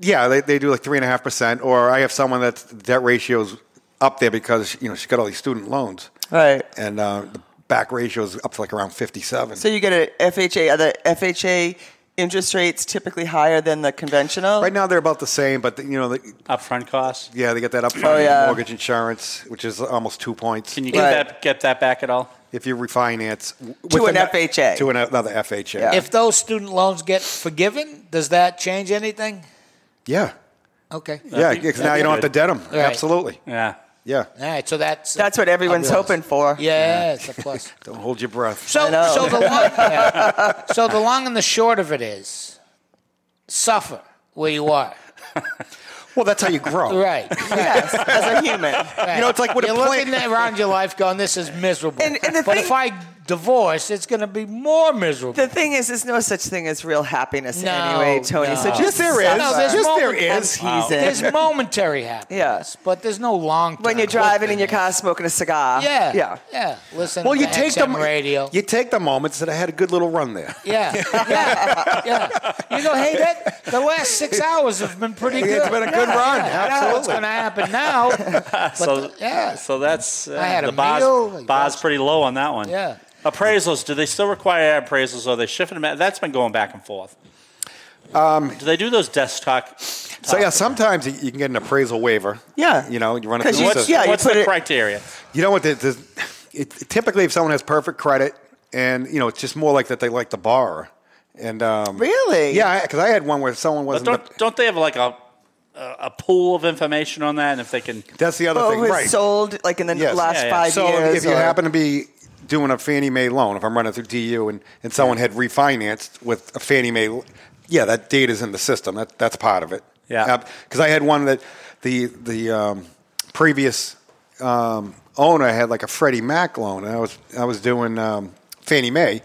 Speaker 7: Yeah, they, they do like three and a half percent. Or I have someone that's debt ratios up there because you know she's got all these student loans,
Speaker 5: Right.
Speaker 7: and uh, the back ratio is up to like around 57.
Speaker 5: So you get a FHA. Are the FHA interest rates typically higher than the conventional?
Speaker 7: Right now they're about the same, but you know, the,
Speaker 4: Upfront costs.
Speaker 7: yeah, they get that upfront
Speaker 5: Oh, yeah.
Speaker 7: mortgage insurance, which is almost two points.
Speaker 4: Can you get
Speaker 5: Right.
Speaker 4: that get that back at all?
Speaker 7: if you refinance w-
Speaker 5: To
Speaker 7: with
Speaker 5: an FHA.
Speaker 7: to an- another FHA?
Speaker 5: Yeah.
Speaker 6: If those student loans get forgiven, does that change anything?
Speaker 7: yeah,
Speaker 6: Okay.
Speaker 7: yeah.
Speaker 4: be-
Speaker 7: Because
Speaker 4: that'd
Speaker 7: now
Speaker 4: be
Speaker 7: you don't have to
Speaker 4: good.
Speaker 7: debt them.
Speaker 6: Right.
Speaker 7: Absolutely.
Speaker 4: Yeah.
Speaker 7: Yeah.
Speaker 6: All right. So that's
Speaker 5: That's what everyone's hoping for.
Speaker 6: Yeah, it's a plus.
Speaker 7: Don't hold your breath.
Speaker 6: So,
Speaker 5: I know.
Speaker 6: so the long, yeah. so the long and the short of it is, suffer where you are.
Speaker 7: Well, that's how you grow.
Speaker 6: Right.
Speaker 5: Yes, as a human.
Speaker 6: right.
Speaker 7: You know, it's like with a
Speaker 6: you're
Speaker 7: plant-
Speaker 6: looking around your life, going, "This is miserable."
Speaker 5: And- and the
Speaker 6: but
Speaker 5: thing-
Speaker 6: if I divorce, it's going to be more miserable.
Speaker 5: The thing is, there's no such thing as real happiness
Speaker 6: No,
Speaker 5: anyway, Tony. So
Speaker 6: no.
Speaker 5: just
Speaker 7: Yes, there is.
Speaker 5: suffer.
Speaker 6: No, there's Yes, more- there
Speaker 7: is.
Speaker 5: I'm teasing.
Speaker 6: there's momentary happiness,
Speaker 5: Yeah.
Speaker 6: but there's no long.
Speaker 5: when you're driving in your car smoking a cigar.
Speaker 6: Yeah.
Speaker 5: Yeah.
Speaker 6: Yeah. Listen.
Speaker 7: Well, you
Speaker 6: to
Speaker 7: take
Speaker 6: XM
Speaker 7: the
Speaker 6: radio.
Speaker 7: You take the moments that I had a good little run there.
Speaker 6: Yeah, yeah, yeah. You go, hey, that the last six hours have been pretty good.
Speaker 7: It's been a good run,
Speaker 6: I don't know what's
Speaker 7: absolutely.
Speaker 6: going to happen now? But
Speaker 4: So
Speaker 6: the- yeah,
Speaker 4: So that's uh,
Speaker 6: I had
Speaker 4: the
Speaker 6: a
Speaker 4: bar's,
Speaker 6: meal, like
Speaker 4: bar's
Speaker 6: that's-
Speaker 4: pretty low on that one.
Speaker 6: Yeah.
Speaker 4: Appraisals. Do they still require appraisals? Or are they shifting them? out? That's been going back and forth. Um, do they do those desktop?
Speaker 7: So yeah, sometimes you you can get an appraisal waiver.
Speaker 5: Yeah.
Speaker 7: You know, you run it
Speaker 5: 'Cause
Speaker 7: through.
Speaker 5: you-
Speaker 7: the
Speaker 4: What's,
Speaker 7: system.
Speaker 5: yeah, you
Speaker 4: what's
Speaker 5: put
Speaker 4: the
Speaker 5: it-
Speaker 4: criteria?
Speaker 7: You know what? The, the, it, typically, if someone has perfect credit, and you know, it's just more like that they like the borrower. And um,
Speaker 5: Really?
Speaker 7: yeah, because I had one where someone
Speaker 4: But
Speaker 7: wasn't.
Speaker 4: don't
Speaker 7: the-
Speaker 4: don't they have like a a a pool of information on that? And if they can,
Speaker 7: that's the other
Speaker 5: Oh,
Speaker 7: thing,
Speaker 5: who
Speaker 7: right?
Speaker 5: sold like in the
Speaker 7: Yes.
Speaker 5: last
Speaker 4: Yeah, yeah.
Speaker 5: five
Speaker 7: So
Speaker 5: years.
Speaker 7: if you
Speaker 5: or-
Speaker 7: happen to be doing a Fannie Mae loan, if I'm running through DU and, and someone had refinanced with a Fannie Mae, l- yeah, that data's in the system. That that's part of it.
Speaker 4: Yeah.
Speaker 7: Because I had one that the the um, previous um, owner had like a Freddie Mac loan, and I was I was doing um, Fannie Mae,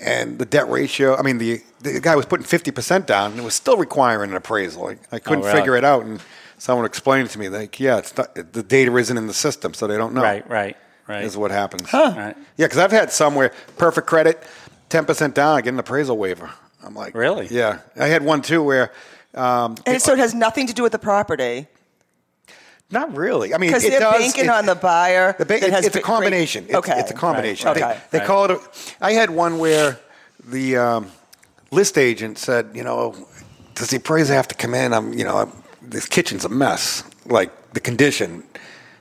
Speaker 7: and the debt ratio. I mean, the the guy was putting fifty percent down, and it was still requiring an appraisal. I, I couldn't
Speaker 4: Oh, really?
Speaker 7: figure it out, and someone explained it to me like, yeah, it's not, the data isn't in the system, so they don't know.
Speaker 4: Right, right, right.
Speaker 7: Is what happens.
Speaker 4: Right.
Speaker 7: Yeah, because I've had somewhere perfect credit, ten percent down, I get an appraisal waiver. I'm like,
Speaker 4: Really?
Speaker 7: Yeah, I had one too where, um,
Speaker 5: And so it has nothing to do with the property
Speaker 7: not really. I mean,
Speaker 5: because
Speaker 7: it
Speaker 5: they're
Speaker 7: does-
Speaker 5: banking
Speaker 7: it-
Speaker 5: on the buyer.
Speaker 7: The ba-
Speaker 5: that has
Speaker 7: it's, it's a
Speaker 5: great-
Speaker 7: combination. It's,
Speaker 5: okay,
Speaker 7: it's a combination.
Speaker 5: Right.
Speaker 7: They-
Speaker 5: Okay.
Speaker 7: They,
Speaker 4: Right.
Speaker 7: call it. A, I had one where the um, list agent said, you know, does the appraiser have to come in? I'm, you know, I'm, this kitchen's a mess, like the condition.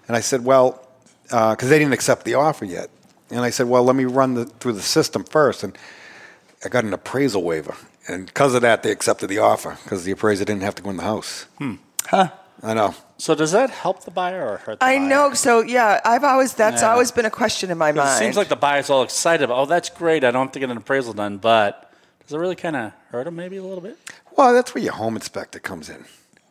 Speaker 7: And I said, well, because they didn't accept the offer yet. And I said, well, let me run the, through the system first. And I got an appraisal waiver, and because of that, they accepted the offer because the appraiser didn't have to go in the house. Hmm. Huh. I know.
Speaker 4: So does that help the buyer or hurt the
Speaker 5: I
Speaker 4: buyer?
Speaker 5: know. So yeah, I've always that's
Speaker 4: Yeah.
Speaker 5: always been a question in my
Speaker 4: It
Speaker 5: mind.
Speaker 4: seems like the buyer's all excited. About, oh, that's great. I don't have to get an appraisal done, but does it really kind of hurt them maybe a little bit?
Speaker 7: Well, that's where your home inspector comes in.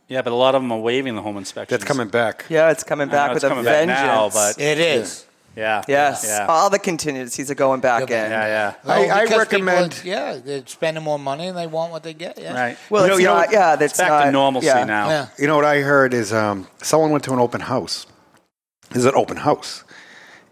Speaker 4: Yeah, but a lot of them are waiving the home inspection.
Speaker 7: That's coming back.
Speaker 5: yeah, it's coming
Speaker 4: I
Speaker 5: back
Speaker 4: know it's
Speaker 5: with a
Speaker 4: coming back
Speaker 5: vengeance.
Speaker 4: now, but-
Speaker 6: It is.
Speaker 4: Yeah.
Speaker 5: yes,
Speaker 4: Yeah.
Speaker 5: all the contingencies are going back
Speaker 6: Yeah.
Speaker 5: in.
Speaker 4: yeah. Yeah.
Speaker 6: Well,
Speaker 7: I- I
Speaker 6: because people are-
Speaker 7: recommend-
Speaker 6: yeah, they're spending more money and they want what they get. Yeah.
Speaker 4: Right.
Speaker 5: Well,
Speaker 7: You know-
Speaker 5: it's
Speaker 7: you know-
Speaker 5: not. yeah, that's
Speaker 4: it's back
Speaker 5: not,
Speaker 4: to normalcy
Speaker 5: yeah.
Speaker 4: now.
Speaker 6: Yeah.
Speaker 7: You know what I heard is um, someone went to an open house. This is an open house,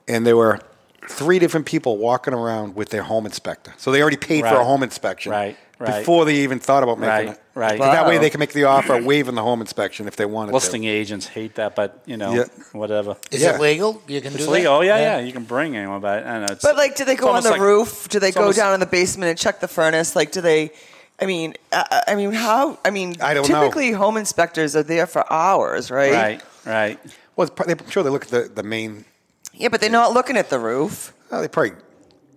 Speaker 7: and there were three different people walking around with their home inspector. So they already paid for a
Speaker 4: Right.
Speaker 7: home inspection
Speaker 4: Right, right.
Speaker 7: before they even thought about making
Speaker 4: Right,
Speaker 7: it.
Speaker 4: right.
Speaker 7: But That way
Speaker 5: Wow.
Speaker 7: they can make the offer, waiving the home inspection if they wanted
Speaker 4: Listing
Speaker 7: to.
Speaker 4: agents hate that, but you know
Speaker 7: Yeah.
Speaker 4: whatever.
Speaker 6: Is
Speaker 7: Yeah.
Speaker 6: it legal? You can
Speaker 4: It's
Speaker 6: do
Speaker 4: legal.
Speaker 6: that.
Speaker 4: Oh yeah, yeah, You can bring anyone, but I don't know. It's,
Speaker 5: But like, do they
Speaker 4: it's
Speaker 5: go on
Speaker 4: almost
Speaker 5: the
Speaker 4: like-
Speaker 5: roof? Do they
Speaker 4: it's
Speaker 5: go
Speaker 4: almost-
Speaker 5: down in the basement and check the furnace? Like, do they? I mean, uh, I, I mean, how? I mean,
Speaker 7: I don't know.
Speaker 5: typically home inspectors are there for hours, right?
Speaker 4: Right. Right.
Speaker 7: Well, it's, pro- they- I'm sure they look at the, the main.
Speaker 5: Yeah, but they're not looking at the roof.
Speaker 7: Oh, they probably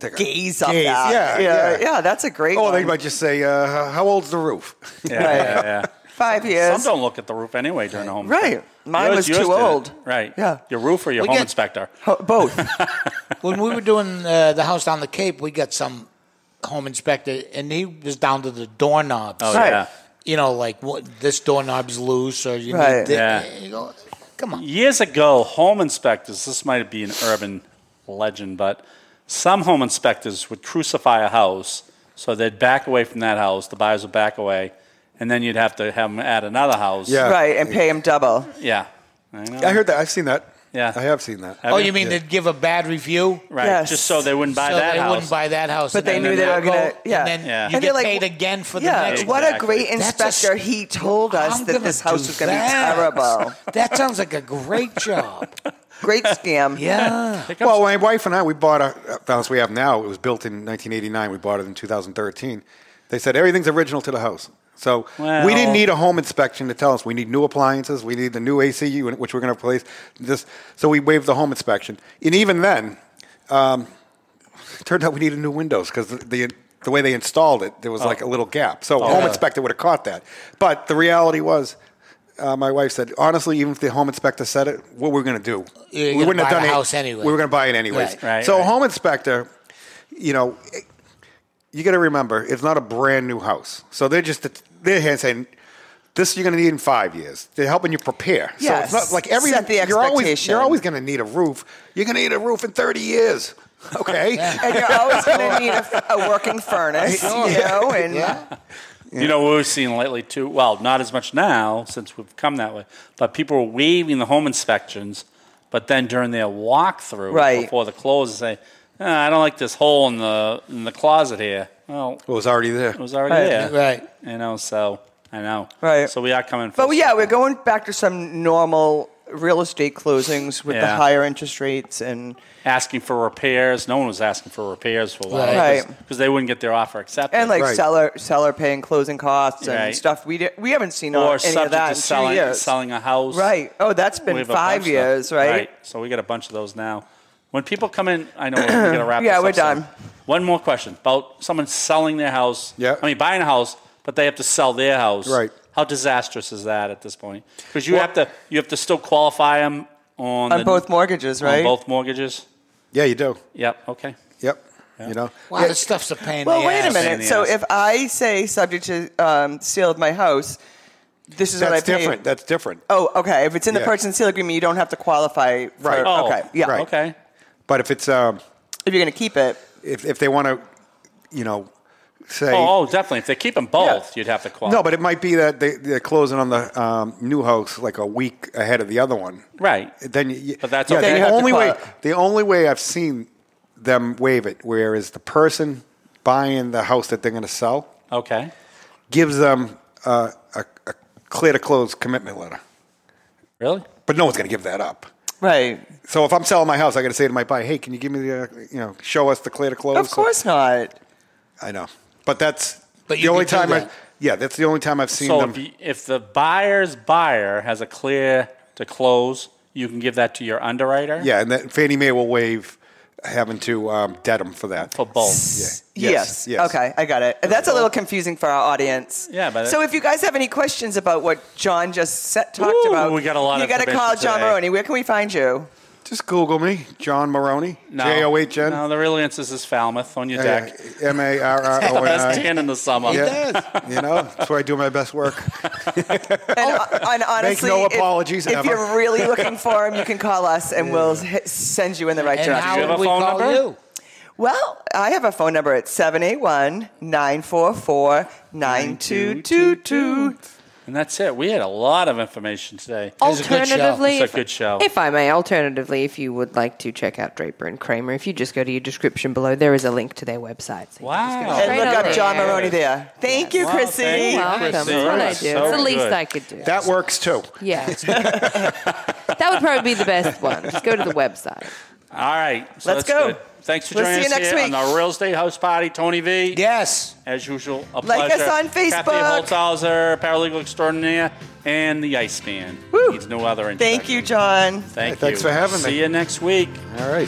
Speaker 7: take a
Speaker 5: Gaze up
Speaker 7: gaze.
Speaker 5: at. yeah,
Speaker 7: Yeah, yeah,
Speaker 5: yeah, That's a great.
Speaker 7: Oh,
Speaker 5: one.
Speaker 7: they might just say, uh, "How old's the roof?"
Speaker 4: Yeah. yeah, yeah.
Speaker 5: five years.
Speaker 4: Some don't look at the roof anyway during a home.
Speaker 5: Right.
Speaker 4: inspection.
Speaker 5: Mine was too
Speaker 4: did it.
Speaker 5: old.
Speaker 4: Right.
Speaker 5: Yeah.
Speaker 4: Your roof or your
Speaker 6: We
Speaker 4: home
Speaker 6: get-
Speaker 4: inspector.
Speaker 5: Ho- Both.
Speaker 6: when we were doing uh, the house down the Cape, we got some home inspector, and he was down to the doorknobs.
Speaker 4: Oh
Speaker 5: Right.
Speaker 4: yeah.
Speaker 6: You know, like what this doorknob's loose, or you
Speaker 5: Right.
Speaker 6: need. This.
Speaker 4: Yeah.
Speaker 6: You go, come on.
Speaker 4: Years ago, home inspectors, this might be an urban legend, but some home inspectors would crucify a house. So they'd back away from that house, the buyers would back away, and then you'd have to have them at another house.
Speaker 7: Yeah.
Speaker 5: right, and pay them double.
Speaker 4: Yeah. I, know.
Speaker 7: I heard that. I've seen that.
Speaker 4: Yeah.
Speaker 7: I have seen that.
Speaker 6: Oh, you mean they'd give a bad review?
Speaker 4: Right.
Speaker 5: Yes.
Speaker 4: Just so they wouldn't buy
Speaker 6: so
Speaker 4: that
Speaker 6: they
Speaker 4: house.
Speaker 6: wouldn't buy that house.
Speaker 5: But
Speaker 6: and
Speaker 5: they
Speaker 6: then
Speaker 5: knew they
Speaker 6: they'd
Speaker 5: were gonna-
Speaker 6: go,
Speaker 5: yeah.
Speaker 6: And then
Speaker 4: Yeah.
Speaker 6: you
Speaker 5: And
Speaker 6: get
Speaker 5: they're like,
Speaker 6: paid
Speaker 5: "Wh-
Speaker 6: again for the
Speaker 5: Yeah,
Speaker 6: next
Speaker 5: what
Speaker 6: one."
Speaker 5: a great
Speaker 4: Exactly.
Speaker 6: That's a
Speaker 5: inspector.
Speaker 6: s-
Speaker 5: he told us
Speaker 6: I'm
Speaker 5: that
Speaker 6: gonna
Speaker 5: this house
Speaker 6: do
Speaker 5: was going to be
Speaker 6: that.
Speaker 5: terrible.
Speaker 6: That sounds like a great job.
Speaker 5: Great scam.
Speaker 6: Yeah.
Speaker 7: Well, my wife and I, we bought a the house we have now. It was built in 1989. We bought it in 2013. They said everything's original to the house. So we
Speaker 4: Well-
Speaker 7: didn't need a home inspection to tell us we need new appliances, we need the new AC unit, which we're going to replace. This, so we waived the home inspection, and even then, um, it turned out we needed new windows because the, the the way they installed it, there was like a little gap. So a home inspector would have caught that. But the reality was, uh, my wife said, honestly, even if the home inspector said it, what were we going to do?
Speaker 6: You're
Speaker 7: we
Speaker 6: gonna
Speaker 7: wouldn't
Speaker 6: buy
Speaker 7: have done
Speaker 6: the
Speaker 7: it.
Speaker 6: house anyway.
Speaker 7: We were going to buy it anyways.
Speaker 6: Right,
Speaker 4: right,
Speaker 7: so
Speaker 4: right.
Speaker 7: home inspector, you know, it- you got to remember, it's not a brand new house. So they're just they're hand saying. This you're going to need in five years. They're helping you prepare.
Speaker 5: Yes.
Speaker 7: So it's not like every
Speaker 5: Set the
Speaker 7: you're always
Speaker 5: expectation.
Speaker 7: you're always going to need a roof. You're going to need a roof in 30 years. Okay.
Speaker 5: And you're always going to need a, a working furnace, you know, and
Speaker 4: You know what we've seen lately too? Well, not as much now since we've come that way, but people are waiving the home inspections, but then during their walkthrough
Speaker 5: Right.
Speaker 4: before the close, they say, "Ah, "I don't like this hole in the in the closet here." Well,
Speaker 7: Well, it's already there.
Speaker 4: it was already
Speaker 5: Right.
Speaker 4: there,
Speaker 6: Right.
Speaker 4: You know, so I know,
Speaker 5: Right.
Speaker 4: So we are coming,
Speaker 5: But
Speaker 4: full
Speaker 5: yeah,
Speaker 4: circle.
Speaker 5: we're going back to some normal real estate closings with the
Speaker 4: Yeah.
Speaker 5: higher interest rates and
Speaker 4: asking for repairs. No one was asking for repairs for a while,
Speaker 5: Right.
Speaker 4: Because they wouldn't get their offer accepted,
Speaker 5: and like
Speaker 7: Right.
Speaker 5: seller seller paying closing costs and
Speaker 4: Right.
Speaker 5: stuff. We di- we haven't seen
Speaker 4: or
Speaker 5: all- any of
Speaker 4: subject
Speaker 5: that
Speaker 4: to
Speaker 5: in two
Speaker 4: selling
Speaker 5: years.
Speaker 4: selling a house,
Speaker 5: Right. Oh, that's
Speaker 4: We
Speaker 5: been
Speaker 4: have a
Speaker 5: five
Speaker 4: bunch of-
Speaker 5: years, right?
Speaker 4: So we got a bunch of those now. When people come in, I know we're going to wrap
Speaker 5: Yeah,
Speaker 4: this
Speaker 5: we're
Speaker 4: up soon.
Speaker 5: done.
Speaker 4: One more question about someone selling their house.
Speaker 7: Yeah.
Speaker 4: I mean, buying a house, but they have to sell their house.
Speaker 7: Right.
Speaker 4: How disastrous is that at this point? Because you
Speaker 7: Well-
Speaker 4: have to you have to still qualify them on,
Speaker 5: On
Speaker 4: the-
Speaker 5: both mortgages,
Speaker 4: on
Speaker 5: right?
Speaker 4: both mortgages.
Speaker 7: Yeah, you do.
Speaker 4: Yep. Okay.
Speaker 7: Yep. You know.
Speaker 6: Wow, this stuff's a pain. in
Speaker 5: Well,
Speaker 6: the
Speaker 5: wait a
Speaker 6: ass.
Speaker 5: minute.
Speaker 4: the
Speaker 5: So
Speaker 4: ass.
Speaker 5: if I say subject to um, seal of my house, this is
Speaker 7: That's
Speaker 5: what I pay.
Speaker 7: different. That's different.
Speaker 5: Oh, okay. If it's in the
Speaker 7: Yeah.
Speaker 5: purchase and seal agreement, you don't have to qualify. For,
Speaker 7: Right.
Speaker 4: Oh,
Speaker 5: okay. Yeah.
Speaker 7: right.
Speaker 4: Okay.
Speaker 7: But if it's um,
Speaker 5: If you're going to keep it,
Speaker 7: if if they want to, you know, say
Speaker 4: Oh, oh, definitely. If they keep them both, you'd have to qualify.
Speaker 7: no, but it might be that they, they're closing on the um, new house like a week ahead of the other one.
Speaker 4: right.
Speaker 7: Then you,
Speaker 4: But that's
Speaker 7: yeah,
Speaker 4: okay. Then you
Speaker 7: the
Speaker 5: have to
Speaker 7: only
Speaker 5: call
Speaker 7: way
Speaker 5: it.
Speaker 7: the only way I've seen them waive it, whereas the person buying the house that they're going to sell
Speaker 4: Okay.
Speaker 7: gives them uh, a, a clear to close commitment letter,
Speaker 4: Really?
Speaker 7: but no one's going to give that up.
Speaker 5: right?
Speaker 7: So if I'm selling my house, I got to say to my buyer, "Hey, can you give me the, uh, you know, show us the clear to close?"
Speaker 5: Of course not.
Speaker 7: I know, but that's
Speaker 6: But
Speaker 7: the
Speaker 6: you
Speaker 7: only
Speaker 6: can do
Speaker 7: time. I,
Speaker 6: that.
Speaker 7: yeah, that's the only time I've seen
Speaker 4: So
Speaker 7: them.
Speaker 4: if, you, if the buyer's buyer has a clear to close, you can give that to your underwriter.
Speaker 7: yeah, and that Fannie Mae will waive having to um, debt them for that.
Speaker 4: For both.
Speaker 7: Yeah.
Speaker 5: Yes.
Speaker 7: yes.
Speaker 5: Okay, I got it. That's a little confusing for our audience.
Speaker 4: Yeah, but-
Speaker 5: so if you guys have any questions about what John just set, talked
Speaker 4: Ooh,
Speaker 5: about,
Speaker 4: we got a lot
Speaker 5: You
Speaker 4: of
Speaker 5: gotta call
Speaker 4: information
Speaker 5: John
Speaker 4: today.
Speaker 5: Maroney. Where can we find you?
Speaker 7: Just Google me, John Maroney,
Speaker 4: No.
Speaker 7: J O H N.
Speaker 4: No, the real answer is Falmouth on your
Speaker 7: Yeah,
Speaker 4: deck.
Speaker 7: M A R R O N
Speaker 4: That's
Speaker 7: I.
Speaker 4: tan in the summer.
Speaker 7: Yeah, you know, that's where I do my best work.
Speaker 5: And, uh, and honestly,
Speaker 7: no
Speaker 5: if-
Speaker 7: apologies
Speaker 5: If,
Speaker 7: ever.
Speaker 5: you're really looking for him, you can call us, and we'll hit, send you in the right
Speaker 6: And
Speaker 5: direction.
Speaker 6: how
Speaker 4: you have
Speaker 6: would
Speaker 4: a
Speaker 6: we
Speaker 4: phone
Speaker 6: call
Speaker 4: number?
Speaker 6: you?
Speaker 5: Well, I have a phone number at 781 944 9222.
Speaker 4: And that's it. We had a lot of information today.
Speaker 1: Oh,
Speaker 6: was a good show.
Speaker 8: Alternatively,
Speaker 4: It's a
Speaker 8: if-
Speaker 4: good show.
Speaker 8: If I may, alternatively, if you would like to check out Draper and Kramer, if you just go to your description below, there is a link to their website. So you can just go
Speaker 4: Wow.
Speaker 8: straight
Speaker 5: And look
Speaker 8: on
Speaker 5: up John
Speaker 8: there.
Speaker 5: Maroney there. Thank you,
Speaker 4: Wow,
Speaker 5: Chrissy.
Speaker 4: thank you.
Speaker 8: You're welcome. That's what
Speaker 4: Chrissy, you
Speaker 8: I
Speaker 4: are
Speaker 8: do.
Speaker 4: so
Speaker 8: it's the least
Speaker 4: good.
Speaker 8: I could do.
Speaker 7: That works too.
Speaker 8: yeah. that would probably be the best one. Just go to the website.
Speaker 4: All right. So
Speaker 5: Let's
Speaker 4: that's
Speaker 5: go.
Speaker 4: Good. Thanks for
Speaker 5: We'll
Speaker 4: joining
Speaker 5: see you
Speaker 4: us
Speaker 5: next
Speaker 4: here
Speaker 5: week.
Speaker 4: on the Real Estate House Party. Tony V.
Speaker 6: Yes.
Speaker 4: As usual, a
Speaker 5: Like us
Speaker 4: pleasure.
Speaker 5: on
Speaker 4: Kathy
Speaker 5: Facebook.
Speaker 4: Holzhauser, paralegal extraordinaire, and the Iceman.
Speaker 5: Woo.
Speaker 4: Needs no other introduction.
Speaker 5: Thank you, John.
Speaker 4: Thank
Speaker 7: Hey, thanks
Speaker 4: you.
Speaker 7: for having
Speaker 4: See
Speaker 7: me.
Speaker 4: you next week.
Speaker 7: All right.